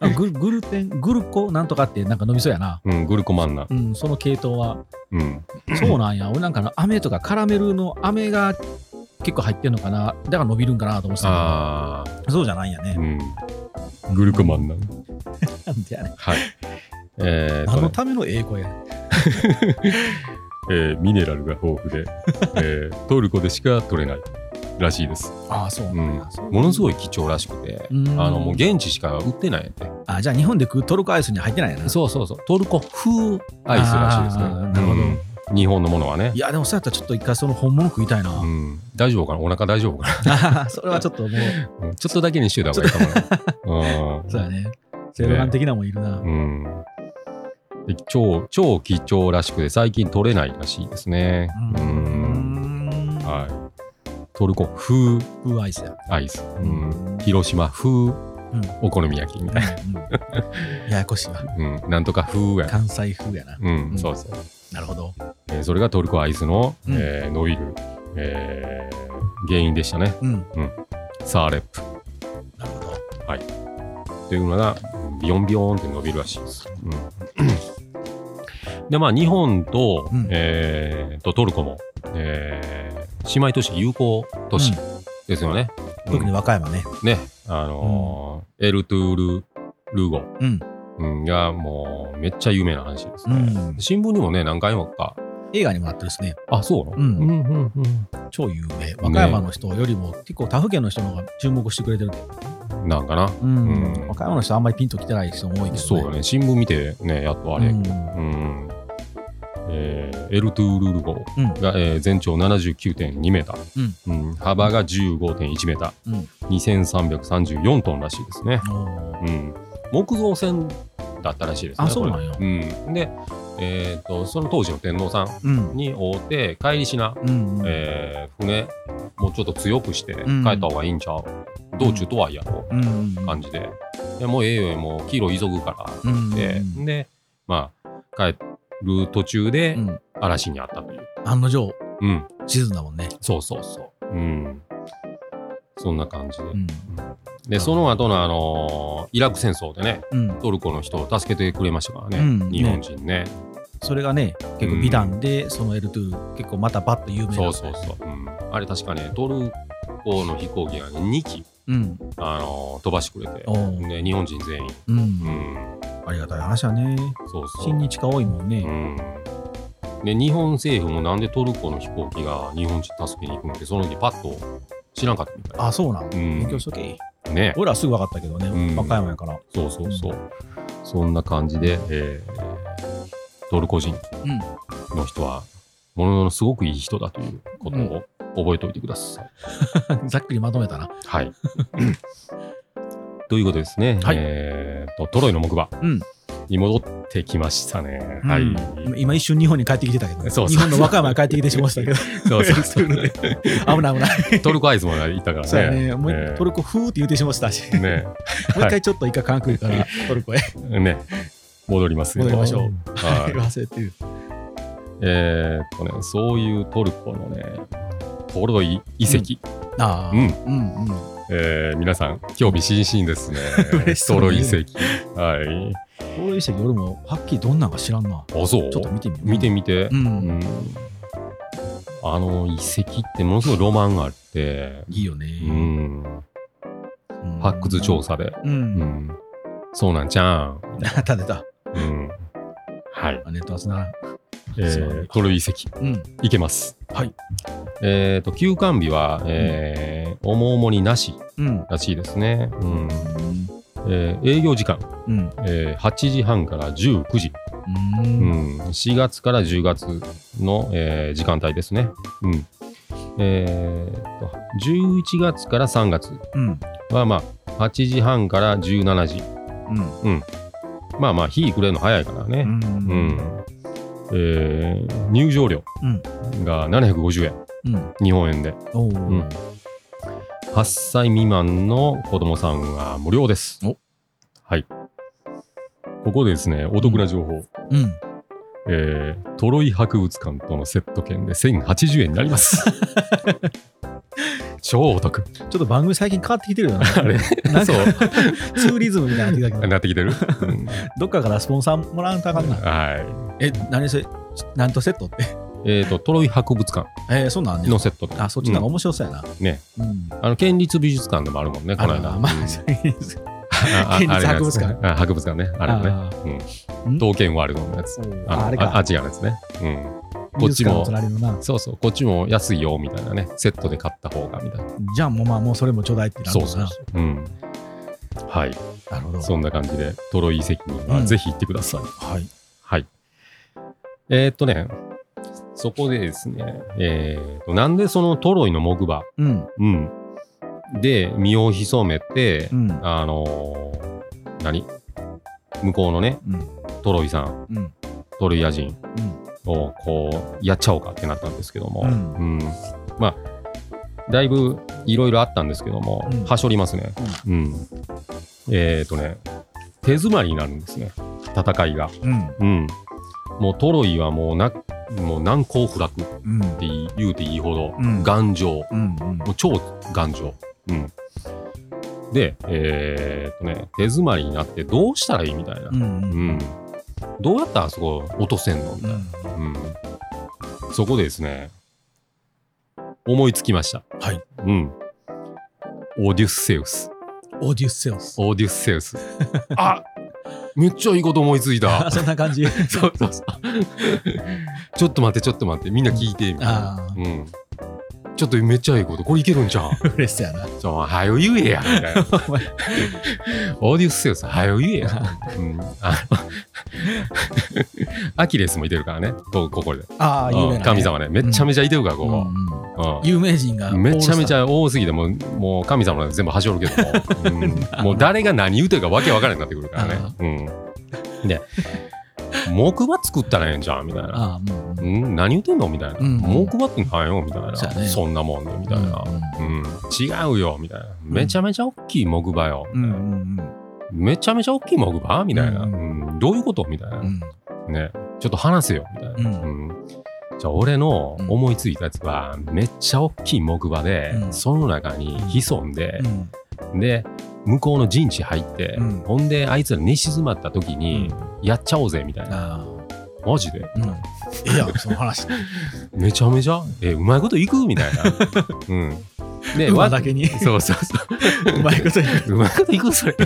B: あグル、グルテン、グルコなんとかってなんか飲みそうやな。
A: うん。グルコマンナ。
B: うん、その系統は。
A: うん。
B: そうなんや。俺なんかの飴とかカラメルの飴が結構入ってんのかな。だから伸びるんかなと思ってた
A: あ
B: けど。そうじゃないんやね
A: あ。う。ん。グルコマンナ。
B: なんでやね。
A: はい。えー
B: 何
A: と
B: の
A: ね、
B: ための英語やねん。
A: えーミネラルが豊 富で、えートルコでしか取れないらしいです。
B: ああ、そうなん
A: う
B: や
A: ん。ものすご
B: い。
A: い貴重らしくて、
B: うん
A: あの、もう現地しか売ってないんで。
B: あ、じゃあ日本で食うトルコアイスに入ってないやな。
A: そうそうそう。トルコ風アイスらしいですね
B: あー。なるほど
A: うん日本のものはね
B: い。や、でもそうやったらちょっと一回その本物食いたいな。
A: うん、大丈夫かなお腹大丈夫か
B: あーそれはちょっともう、
A: なうんちょっとだけにしといた方がいいかもな。
B: そうやね。セロガン的なもんいるな。
A: うん。で超、超貴重らしくて、最近取れないらしいですね。
B: う
A: うん。
B: ん。
A: はい。トルコ風
B: ブーアイ スや。
A: アイス。うん。
B: うん
A: 広島風お好み焼きみたい
B: ややこしいわ。
A: な。うん。なんとか風や。
B: 関西風やな。
A: うん、
B: うん
A: そうそう。
B: なるほど。
A: えーそれがトルコアイスの、
B: うん
A: えー伸びる、えー原因でしたね。
B: うん。
A: サーレップ。
B: なるほど。
A: というのがうんビヨンビヨーンって伸びるらしいです。うん でまあ日本と,、
B: うん
A: えーとトルコも、えー姉妹都市友好都市ですよね。うん
B: 特に和歌山ね。
A: ねあのーエルトゥール・ルゴ
B: うん。
A: うんがもうめっちゃ有名な話です
B: う
A: ね。
B: ん。
A: 新聞にもね何回もか
B: 映画にもなってるしね。
A: あそうなの、
B: うん
A: うんうん
B: 超有名。和歌山の人よりも結構他府県の人の方が注目してくれてるんだよ
A: うんなんかな、
B: う
A: うん
B: ん。和歌山の人あんまりピンときてない人も多いけど。
A: そうよ。ね新聞見てねやっとあ
B: あ
A: れ、
B: れ。
A: う
B: うんん。
A: えーエルトゥール・ルゴ
B: うん。
A: が、えー全長79.2メーター、うん幅が15.1メータ
B: うん
A: ー、2334トンらしいですね、
B: おー
A: うん、木造船だったらしいですね
B: あそうなんや
A: これうん、で、えーとその当時の天皇さん
B: うん。
A: に会うて帰りしな、
B: うん。うん
A: えー船もうちょっと強くして帰
B: ん
A: った方がいいんちゃう、道中とはいえやろ
B: うんうんうん
A: 感じででもうええよもうキロ急ぐから
B: うんうん
A: って、でまあ帰る途中で
B: うん
A: 嵐にあったという、
B: 案の定、
A: うん、
B: 地図だもんね。
A: そうそうそう。うん。そんな感じで。
B: うん。
A: で、その後のあのーイラク戦争でね、
B: うん。
A: トルコの人を助けてくれましたからね、
B: うん
A: 日本人ね。
B: それがね、結構美談で、そのエルトゥール、結構またバッと有名な
A: そうそうそう、うんあれ確かね、トルコの飛行機がね、2機、
B: うん。
A: あのー飛ばしてくれて
B: お、ー
A: で日本人全員。
B: う。
A: うんん。
B: ありがたい話やね。
A: そうそう。
B: 親日家多いも
A: う
B: んね。
A: んで日本政府もなんでトルコの飛行機が日本人助けに行くのってその時パッと知らんかったみたいな。
B: あ、そうなん。
A: うん
B: 勉強しとけ。
A: ね
B: 俺らすぐ分かったけど
A: うん
B: ね、和歌山やから。
A: そうそうそう。そんな感じで、えートルコ人
B: うん。
A: の人は、もののすごくいい人だということを覚えておいてください。
B: ざっくりまとめたな。
A: はい。 ということですね。
B: はい
A: えーと、トロイの木馬
B: うん
A: に戻ってきましたね。は
B: うん
A: い。
B: 今一瞬日本に帰ってきてたけどね、
A: そうそう
B: 日本の和歌山に帰ってきてしま したけど、
A: そうそうそう
B: 危ない危ない。
A: トルコアイスもいたからね。
B: そうやね。もう
A: えー
B: トルコ風って言ってしましたし、も
A: ね
B: う一回ちょっと一回関空からトルコへ
A: ね戻りますよ。
B: 戻りましょう
A: はい
B: 言。わせてる。
A: えーっとね、そういうトルコのね、トロイ遺跡。
B: ああ。
A: うん
B: うんうん。。
A: えー皆さん、興味津々ですね
B: 嬉しそ
A: ト
B: うね
A: ロイ遺跡。はい。
B: この遺跡俺もはっきりどんなんか知らんな。
A: あ、そう
B: ちょっと見てみよう。
A: 見てみて
B: う。ん。
A: うんあの遺跡ってものすごいロマンがあって、
B: いいよね。
A: うん、
B: うん
A: 発掘調。査で、
B: う。
A: うん ん、そうなんじゃん。
B: 出た出た。
A: うん、はい、
B: ネットはつながらん。
A: えートロイ遺跡、
B: うん。
A: 行けます。
B: はい。
A: えっ、と、休館日は、えー、重々になし
B: うん。
A: らしいですね。うんえー営業時間、
B: うん。
A: えー8時半から19時。
B: う。
A: うんん、4月から10月の、えー時間帯ですね。うんえーっと11月から3月
B: うん。
A: は、まあ、8時半から17時。
B: うん。
A: まあまあ、日暮れるの早いから
B: う
A: ね。
B: ん。
A: うんえー入場料
B: うん
A: が750円、
B: うん。
A: 日本円で。
B: おお。
A: ん8歳未満の子供さんは無料です
B: お。
A: はい。ここでですね、お得な情報、
B: うん。
A: えートロイ博物館とのセット券で1080円になり ます。超お得。
B: ちょっと番組最近変わってきてるよね。
A: あれ
B: なん
A: そ
B: か
A: う、
B: ツーリズムみたいになってきたけど、
A: なってきてる、うん
B: どっかからスポンサーもらわんとあかんな。
A: は
B: え、何それ、なんとセットって。
A: い。えっ、と、トロイ博物館
B: えー、そんなんあんねん
A: のセットで
B: あ、そっちなんか面白そうやな。
A: うんね。
B: うん。
A: あの、県立美術館でもあるもんね、この間。
B: あまあ
A: うん、
B: あ県立博物館
A: ああ博物館ね。あれもね。
B: あ
A: うん
B: ん
A: 刀剣ワールドのやつ。
B: ー
A: の
B: ああれか。
A: アジアのやつね。うん。こっち
B: 美
A: も
B: 術館の隣のな。
A: そうそう、こっちも安いよ、みたいなね。セットで買った方が、みたいな。
B: じゃあもうまあもうそれもちょうだいってなる
A: そ
B: も
A: うんそう
B: な。
A: そう。うん。はい。
B: なるほど。
A: そんな感じで、トロイ遺跡には
B: うん
A: ぜひ行ってください。
B: はい。
A: はい。えーっとね、そこでですね、えーっと、なんでそのトロイの木馬、
B: うん。
A: うん。で、身を潜めて
B: う、ん。
A: あのー何向こうのね、
B: うん。
A: トロイさん、
B: うん。
A: トロイア人
B: うん。
A: をこう、やっちゃおうかってなったんですけども、
B: う
A: うん。まあ、だいぶいろいろあったんですけども、
B: うん
A: はしょりますね。うん。えーっとね、手詰まりになるんですね、戦いが。
B: うん。
A: うん、もうトロイはもうなもう難攻不落っ
B: うん。
A: て言うていいほど
B: うん
A: 頑丈、
B: うん。うん
A: もう超頑丈、うん、でえーっとね手詰まりになってどうしたらいいみたいな、
B: う
A: うん
B: ん。うん。
A: どうやったらあそこ落とせんのみ
B: う
A: たいな、
B: ん
A: うんそこでですね思いつきました
B: はい。
A: うんオデュッセウス
B: オーディウスセオス。
A: オデュッセ ウスあめっちゃいいこと思いついた
B: あ、そんな感じ。
A: そうそうそう。 ちょっと待って、ちょっと待って、みんな聞いて、みたいな
B: あ。あ
A: うん。ちょっとめっちゃいいこと、これいけるんじゃん。
B: 嬉 しそうやな。
A: そう、はよ言えや、みたいな。
B: お前
A: オーディウスセウス、はよ言えや。 うん。あの アキレスもいてるからね、こここで。
B: ああ、有名
A: うん
B: な。
A: 神様ね、めっちゃめちゃいてるから、こ
B: うん
A: こ。
B: うん。
A: うん
B: 有名人が。
A: めちゃめち
B: ゃ。
A: ゃ多すぎてもう、もう神様なんて全部はしょるけど も、うんもう誰が何言うてるかわけわからなくなってくるからね。うん、で、木馬作ったらええんじゃんみたいな。
B: ああ、もう。
A: うん、何言ってんのみたいな。
B: うん
A: 木馬ってなんよみたいな。
B: そうやね
A: そんなもんねみたいな。
B: う
A: うん、違うよみたいな。めちゃめちゃ大きい木馬よ。
B: うん。うん。うん
A: めちゃめちゃ大きい木馬みたいな、
B: う
A: うんどういうことみたいな。
B: うん。
A: ね、ちょっと話せよみたいな。
B: う
A: うんじゃあ俺の思いついたやつはめっちゃ大きい木馬で、
B: うん
A: その中に潜んで
B: う、ん。
A: で向こうの陣地入って、
B: うん
A: ほんであいつら寝静まった時に、やっちゃおうぜみたいな、
B: ああ。
A: マジで
B: うん。いいやん、その話。
A: めちゃめちゃえうまいこといくみたい な。うん、 で
B: 馬
A: わ
B: だ けに。
A: そうそうそう
B: まいこと言う。
A: ううまいこといくそれ。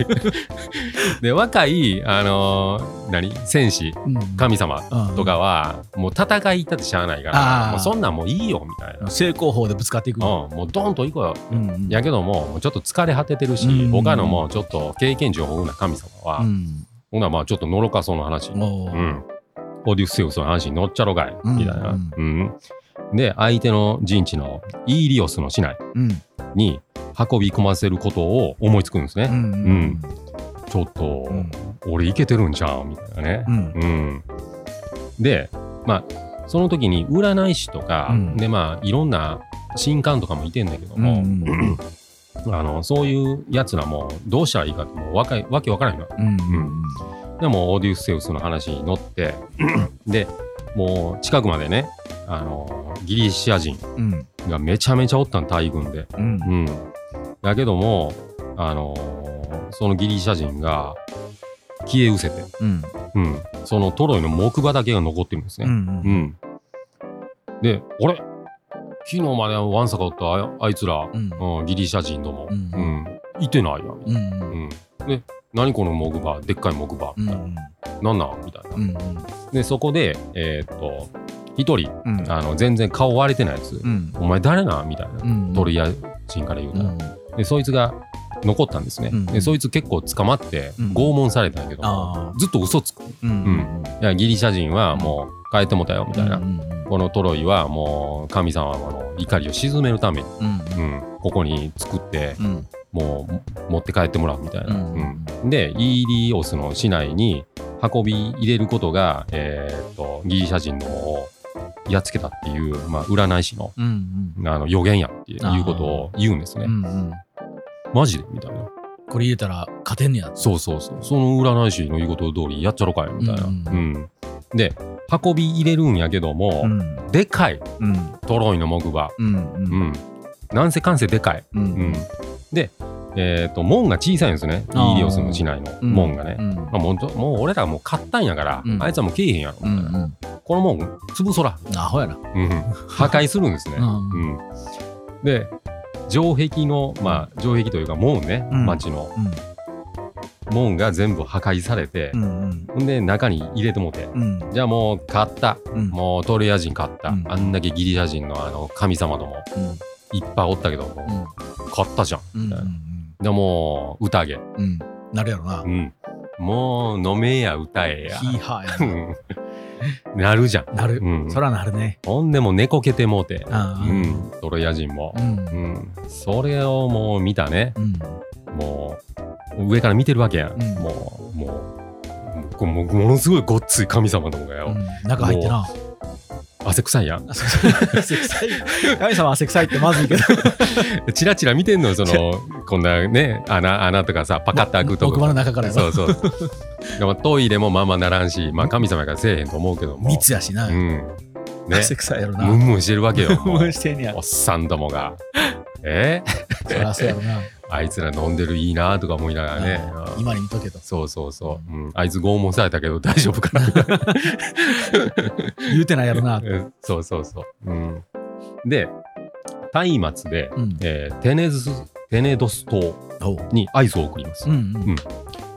A: で若いあのー何戦士
B: うん
A: 神様
B: うん
A: とかは、もう戦いたってしゃあないか
B: あ
A: ら、
B: ー
A: もうそんなんもういいよみたいな。
B: 正攻法でぶつかっていく。
A: うん、もうドンと行こうよ。
B: うんうん
A: やけども、もうちょっと疲れ果ててるし、
B: うん
A: 他のもうちょっと経験値を豊富な神様は、
B: うん。
A: ほなまあちょっとのろかそうな話。
B: お
A: う
B: ー
A: ん。オデュッセウスの話に乗っちゃろかい、
B: うん
A: みたいな。うん。で、相手の陣地のイーリオスの市内
B: うん。
A: に運び込ませることを思いつくんです
B: う
A: ね。
B: ん。
A: うんちょっと、
B: うん。
A: 俺いけてるんじゃん、みたいなね
B: う。ん。
A: うん、でまあその時に占い師とか、
B: うん
A: でまあいろんな神官とかもいてんだけど
B: うん。
A: も、
B: うん。
A: あのそういうやつらもどうしたらいいかってもうわかいわけわからんよ
B: うん。
A: でもオーディウス・セウスの話に乗 ってでもう近くまでねあのギリシア人
B: うん。
A: がめちゃめちゃおったん大軍で。
B: うん。
A: うん、だけどもあのそのギリシア人が消え失せて、
B: うん。
A: うん、そのトロイの木馬だけが残ってるんですね。
B: うん。
A: うん。で、あれ昨日までワンサカおったああいつら、
B: うん。
A: うん、ギリシャ人ども、
B: うん
A: うんいてないやん。
B: うん。
A: うん、で、何この木馬、でっかい木馬、
B: うん。
A: なんなんみたいな。
B: うん。
A: で、そこで、えーっと、一人、
B: うん。うん。
A: あの全然顔割れてないやつ、
B: うん。
A: お前誰なんみたいな、
B: うん。
A: トリア人から言う
B: う
A: たら、
B: ん。
A: で、そいつが残ったんですね。
B: うん
A: で、そいつ結構捕まって、
B: うん
A: 拷問されたんやけど、
B: ああ。
A: ずっと嘘つく。
B: うん。
A: いやギリシャ人はもう変えてもたよ、みたいな。
B: うん。
A: このトロイはもう神様の怒りを鎮めるために、
B: うん。
A: うん、ここに作って
B: うん。うん。
A: もう持って帰ってもらうみたいな。
B: うん
A: うんでイーリオスの市内に運び入れることが、えーっとギリシャ人のをやっつけたっていう、まあ、占い師の
B: うん。
A: あの予言やっていうことを言うんですね。
B: うん。
A: マジでみたいな。
B: これ入れたら勝てんねや
A: そうそうそうその占い師の言うこと通りやっちゃろかいみたいな、う
B: うんん
A: で運び入れるんやけども、
B: うん
A: でかい
B: うん
A: トロイの木馬
B: うん
A: う
B: うん
A: んなんせかんせでかい、
B: う
A: うん
B: ん
A: でえっと門が小さいんですねイ
B: あー
A: ーリオスの市内の門がね、
B: うん
A: まあ、もうどもう俺らもう買ったんやから、
B: うん
A: あいつはもうけえへんやろ、
B: うんうん
A: この門潰そら、
B: アホやな
A: うん、破壊するんですね、
B: うん
A: うん、で城壁のまあ城壁というか門ね、
B: うん
A: 町の
B: うん
A: 門が全部破壊されて
B: う、ん
A: んで中に入れてもて
B: うん
A: じゃあもう買った
B: うん
A: もうトルヤ人買った、
B: うん
A: あんだけギリシャ人のあの神様とも
B: うん
A: いっぱいおったけども、買ったじゃん
B: うんうん
A: でもう宴、
B: うんなるやろな
A: うん、もう飲めや歌えや
B: ヒーハー
A: う
B: や
A: ん なるじゃん、
B: ななる
A: うん、
B: そらなるね
A: ほんでもう猫けてもうて、
B: あ
A: うん、トロイヤ人も
B: う、ん
A: うんそれをもう見たね
B: うん
A: もう上から見てるわけやん、
B: うん
A: もうもうこうもうものすごいごっつい神様とかよ、
B: うん中入ってな
A: 汗臭いやん
B: 汗臭い神様汗臭いってまずいけど
A: チラチラ見てんのよそのこんなね穴穴とかさパカッと開くと
B: 奥歯の
A: か
B: 中からや
A: そ
B: ろ
A: うそうでもトイレもまあまあならんし、まあ、神様やからせえへんと思うけども
B: 密やしな
A: うんね
B: 汗臭いやろ
A: ムン
B: な
A: ムンしてるわけよ もう
B: 無してんねや
A: おっさんどもがえ
B: そらそうやろな
A: あいつら飲んでるいいなとか思いながらね
B: あー
A: うん
B: 今に見とけと
A: そうそうそう、うんあいつ拷問されたけど大丈夫かな
B: 言うてないやろな
A: うんそうそうそう、うん、で松明で、
B: うん
A: えーテネズステネドス島
B: おう
A: に合図を送ります、
B: うんうん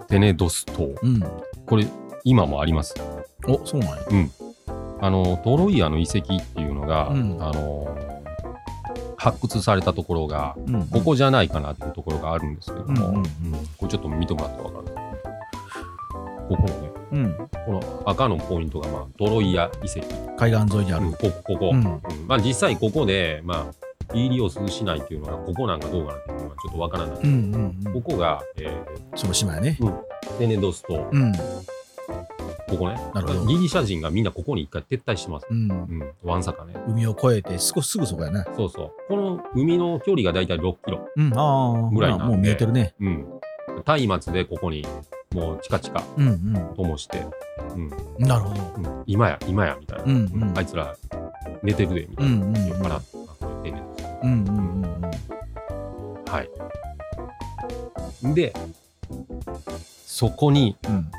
A: テネドス島
B: うん
A: これ今もあります
B: おそうなんや
A: あのトロイアの遺跡っていうのが、
B: うん
A: あの発掘されたところが
B: うん
A: ここじゃないかなっていうところがあるんですけど
B: うん
A: も、
B: うん
A: これちょっと見てもらってわかるここのね
B: うん
A: この赤のポイントが、まあ、トロイア遺跡、
B: 海岸沿いにある
A: うんここここ、
B: うん
A: うんまあ、実際ここで、まあ、イーリオス市内っていうのがここなんかどうかなっていうのはちょっとわからない、
B: うんうんう
A: こ
B: ん
A: こが、えー
B: その島やね
A: テネドス島
B: うん
A: ここね
B: なるほど
A: ギリシャ人がみんなここに一回撤退してます、
B: うん
A: うん、ワンサカね
B: 海を越えて少しすぐそこやね
A: そうそうこの海の距離がだいたい6キロ、
B: うんああ
A: ぐらいなんで
B: もう見えてるね
A: うん、松明でここにもうチカチカ
B: うん
A: ともして、うん
B: うんなるほど
A: うん今や今やみたいな、
B: うんうん
A: あいつら寝てるでみた
B: う
A: いな、
B: んうんうん
A: 酔っ払ってなってね
B: うんうんうんうん
A: はい。で、そこに
B: うん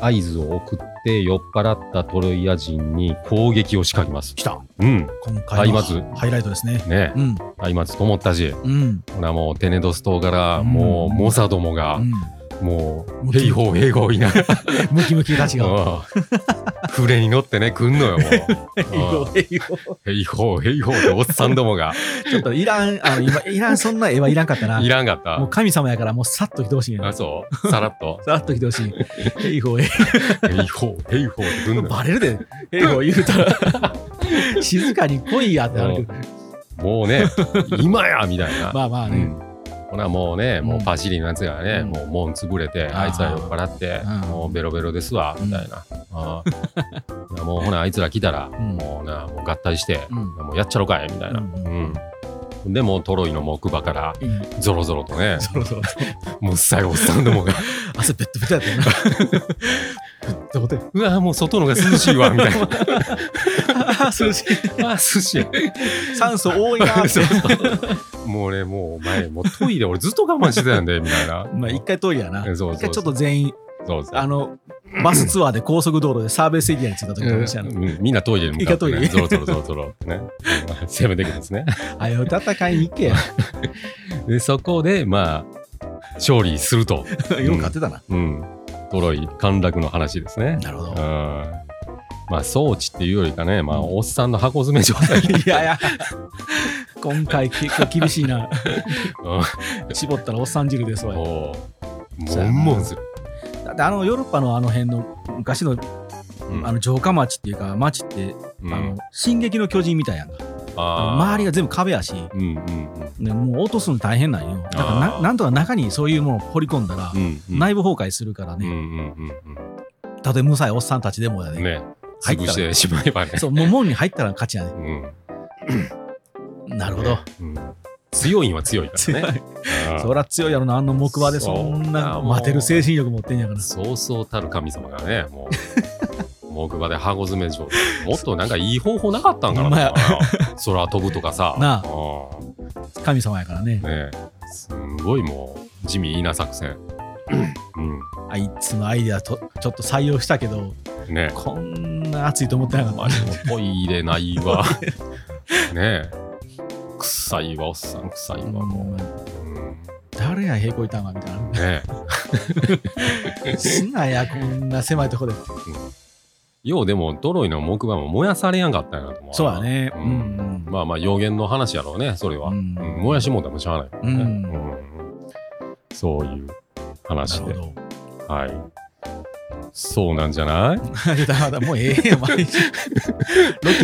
A: 合図を送って酔っ払ったトロイア人に攻撃を仕掛けます。
B: 来た
A: うん。
B: 今回の
A: タイマ
B: ハイライトですね
A: ね
B: うん
A: え、あ今ともったし、
B: うん
A: ほなもうテネドス島から、
B: うん
A: もうモサどもが
B: う、ん
A: もう、
B: ムキ
A: ヘイホーヘイホーいなが
B: ムキムキたちが
A: ら、船に乗ってね、来んのよ、もううん。
B: ヘイホー
A: ヘイホーヘイホーっておっさんどもが、
B: ちょっといらんあの今いらんそんな絵はいらんかったない
A: らんかっ
B: もう
A: た。
B: 神様やからもうさっと来てほしいね、
A: あ、そうさらっと
B: さらっと来て ほしいヘイホー
A: ヘイホーヘイホーって来ん のよ。
B: バレるで、英語言うたら、 静かに来いやってなるけど、
A: もうね、今やみたいな。
B: まあまあ
A: う
B: ね、
A: んほなもうね、もううんパシリのやつがね、
B: うん
A: もう門潰れて、
B: あー
A: あいつら酔っ払って、
B: うん
A: もうベロベロですわ、みたいな。あーな もうほな、あいつら来たら、
B: ん
A: もうな、もう合体して、
B: うん
A: もうやっちゃろかい、みたいな。
B: う
A: うんんでもうトロイの木馬から
B: うん
A: ゾロゾロと ね、
B: そろそろ
A: もう最後おっさんども が、
B: 汗ベッドベタ やったよな。どこで
A: うわ、もう外のが涼しいわ、み たいな。
B: 涼しい。
A: あー、涼しい。
B: 酸素多いな って。
A: もうね、もうお前、もうトイレ俺ずっと我慢してたんで、みたい な。
B: まあ一回トイレやな。
A: そうそう
B: 一回ちょっと全員、
A: そうそう
B: あの、バスツアーで高速道路でサービスエリアに着いた時の話やな。
A: うんみんなトイレに向かって、ね、
B: 一
A: ゾロゾロゾロゾロって ねうん攻めてくるんですね
B: あよ、戦いに行けや。
A: でそこでまあ勝利すると、
B: よく勝てたな。
A: うん、トロイ陥落の話ですね
B: なる
A: う
B: ほ
A: ん
B: ど。
A: まあ装置っていうよりかね、まあ、おっさんの箱詰め状 態、
B: いやいや、今回結構厳しいな。
A: うん
B: 絞ったらおっさん汁ですわよ。
A: もうもんもんする、
B: だってあのヨーロッパのあの辺の昔の
A: うん
B: あの城下町っていうか町って、
A: うん
B: あの進撃の巨人みたいやんか
A: あ
B: 周り
A: が
B: が全部壁やし、
A: うんうん
B: ね、もう落とすの大変なんよだから
A: あ
B: な
A: ー
B: なんとか中にそういうものを掘り込んだら、
A: うんうんうん
B: 内部崩壊するから
A: うんう
B: ね、
A: んうん
B: たとえ無さいおっさんたちでもや
A: う
B: ね
A: んね
B: 入った
A: 潰
B: ら
A: してしまえばね
B: そうもう門に入ったら勝ちやね
A: うん
B: なるほど、
A: うん強いんは強いからね。うん
B: そら強いやろな、あの木馬でそんな待てる精神力持ってんやから。
A: そうそうたる神様がね、もう、木馬で箱詰め状態。もっとなんかいい方法なかったんかな
B: ほんまや
A: だから 空飛ぶとかさ。
B: なあ
A: うん
B: 神様やからね。
A: ねえすんごいもう、地味な作 戦。う
B: あいつのアイデアとちょっと採用したけど、
A: ん。ねえ
B: こんな熱いと思ってなかった。
A: トイレないわ。 ねえ。臭いわ、おっさん、臭いわ、もう。うん
B: 誰や、へこいたんわみたいな。
A: ね
B: すなや、こんな狭いとこで。
A: え。ようでも、ドロイの木馬も燃やされやんかったんやなと思う。
B: そうやね。う
A: うんん。
B: うん。
A: まあまあ、予言の話やろうね、それは。
B: う
A: うんん燃やしもんでもしゃあないからね。
B: う
A: うんんそういう話
B: な
A: で
B: る。ほど。
A: はい。そうなんじゃない
B: 出たまだもうええよ、毎日。ロッキ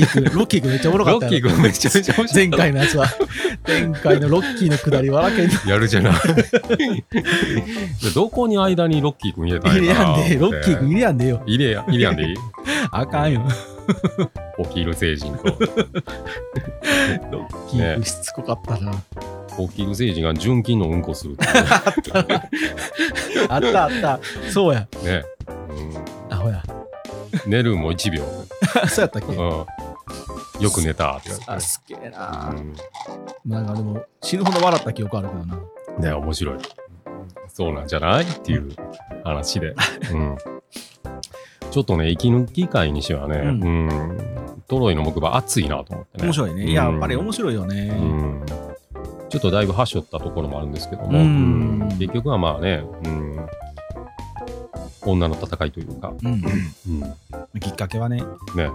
B: ーくん、ロッキーくんめっちゃおもろか
A: ロ
B: った
A: ッキ
B: やろ
A: ー君めちゃめちゃ面白い
B: 前。回のやつは。前回のロッキーのくだり笑けんの。
A: やるじゃない。どこに間にロッキー君入れたん
B: 入れ
A: やか
B: や
A: なん
B: で、ロッキーくん入れやんでよ。
A: 入れや、入れやんでいい
B: あかんよ。
A: おきる星人と。
B: ロッキーくんしつこかったな。
A: おきる星人が純金のうんこするって
B: あったあった。そうや。
A: いうね。
B: あほや。
A: うん、寝るも1秒。
B: そうやったっ
A: うん、
B: け
A: よく寝たって言わ
B: あ、
A: れて
B: すげえ
A: う
B: な。
A: ん
B: なんかでも、死ぬほど笑った記憶あるけどな。
A: ね面白い。そうなんじゃないっていう話 で。うん、ちょっとね、息抜き会にしてはね、
B: う
A: うんトロイの木馬熱いなと思ってね。
B: 面白いね。
A: うん
B: いや、やっぱり面白いよね。
A: うんちょっとだいぶはしょったところもあるんですけども、
B: うん
A: うん結局はまあね、うん、女の戦いというか、
B: うん。
A: うんね、
B: きっかけはね、
A: まあ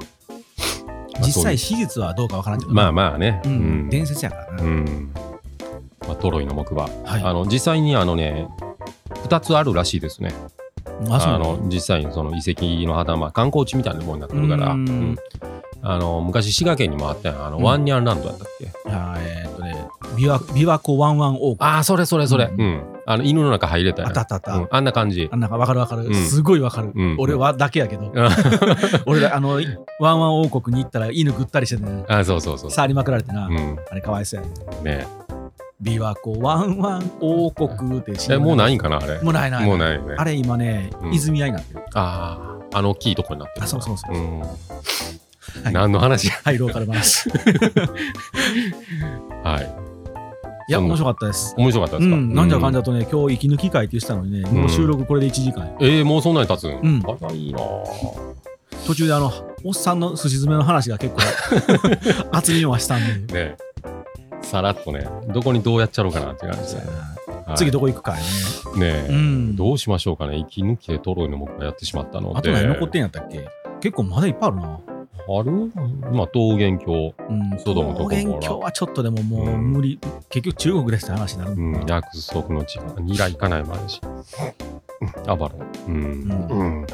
B: 実
A: そうい
B: 際、史実はどうかわからんけど
A: う
B: ね。
A: まあまあね、
B: う
A: うんん
B: 伝説やから
A: う
B: な。
A: んまあ、トロイの木馬、
B: はい。
A: あの実際にあのね2つあるらしいですね
B: あ、そうなの
A: の実際にその遺跡の旗、まあ、観光地みたいなものになってるから、
B: うん
A: うんあの昔滋賀県にもあったやんあの、
B: うん
A: ワンニャンランドやったっけ
B: あーえーっとね、琵琶琵琶湖ワンワン王国。
A: ああそれそれそれ、
B: う
A: うんんあの犬の中入れたや
B: あ
A: ん
B: ったあったあった。
A: うん、あんな感じ
B: あなんかわかるわかる、
A: うん
B: すごいわかる、
A: うん
B: 俺はだけやけど、 俺らあのワンワン王国に行ったら犬ぐったりしてて、ね、
A: あそうそうそう
B: 触りまくられてな、
A: うん、
B: あれかわいそうやね
A: ね
B: 琵琶湖ワンワン王国って
A: え。え、もうないいんかな、あれ。
B: もうないない
A: もうないよね。
B: あれ今ね、
A: うん
B: 泉屋になってる
A: ああ、あの大きいとこになってる。
B: あそうそうそう、
A: うん。
B: い
A: 何の話や
B: はいローカ ル話
A: はい。
B: いや
A: そんな
B: 面白かったです
A: 面白かった
B: う
A: ですか
B: ん、なんじゃかんじ
A: ゃ。
B: ゃとね、今日息抜き会って言ってたのにね、もう収録これで1時間や、
A: えー、もうそんなに経つん
B: ん
A: あら、いいなぁ
B: 途中であの、おっさんのすし詰めの話が結 構厚みを増したんで、
A: ねさらっとね、どこにどうやっちゃろうかなって感じで。はい
B: 次どこ行くかやね。
A: ね
B: う
A: え、
B: ん
A: どうしましょうかね。息抜きでトロイの僕がやってしまったので。
B: あと何残ってんやったっけ結構まだいっぱいあるな。
A: あるまあ、桃源郷、
B: うん、
A: そうだもん
B: 桃源郷はちょっとでももう無理、結局中国でした話になる
A: うんん、
B: だ。
A: 約束の地、ニラ行かないもあるし。アバロン。うん。
B: う
A: うん。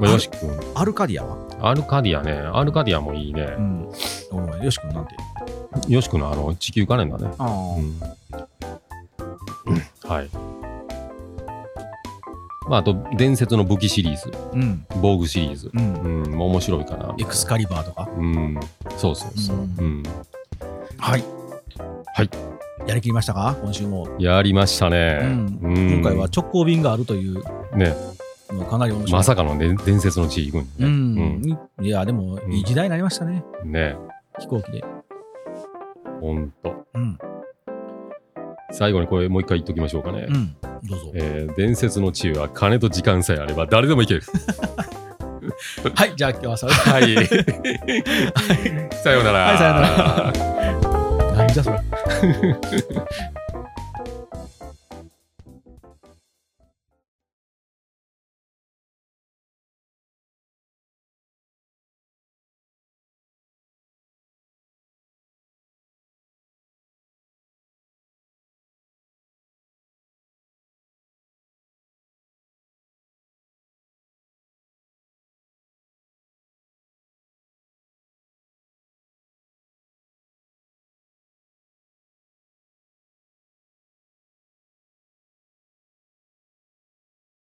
A: まあ、よし君。
B: アルカディアは、
A: アルカディアね、アルカディアもいいね
B: う。ん、お前よし君なんて。
A: よしくんのあの地球カレンダーね。
B: あ
A: う
B: あ
A: ん。はい。まあ、あと、伝説の武器シリーズ、
B: うん、
A: 防具シリーズ。う
B: う。
A: んん、もう面白いかな。
B: エクスカリバーとか。
A: うん。そうそうそう。
B: う
A: うんん。
B: はい。
A: はい。
B: やりきりましたか今週も。
A: やりましたね。
B: うん
A: うん
B: 今回は直行便があるという
A: ね、
B: のがかなり面白い。
A: まさかのね伝説の地域
B: う
A: 軍
B: ん、いや、でも、いい時代になりましたね。
A: ね。ね。
B: 飛行機で。
A: ほんと。
B: うん。
A: 最後にこれもう一回言っときましょうかね。
B: うん。どうぞ。
A: えー伝説の地位は金と時間さえあれば誰でも行ける。
B: はい、じゃあ今日はそれ。
A: はい。 さようなら。
B: はいさようなら。何じゃそれ。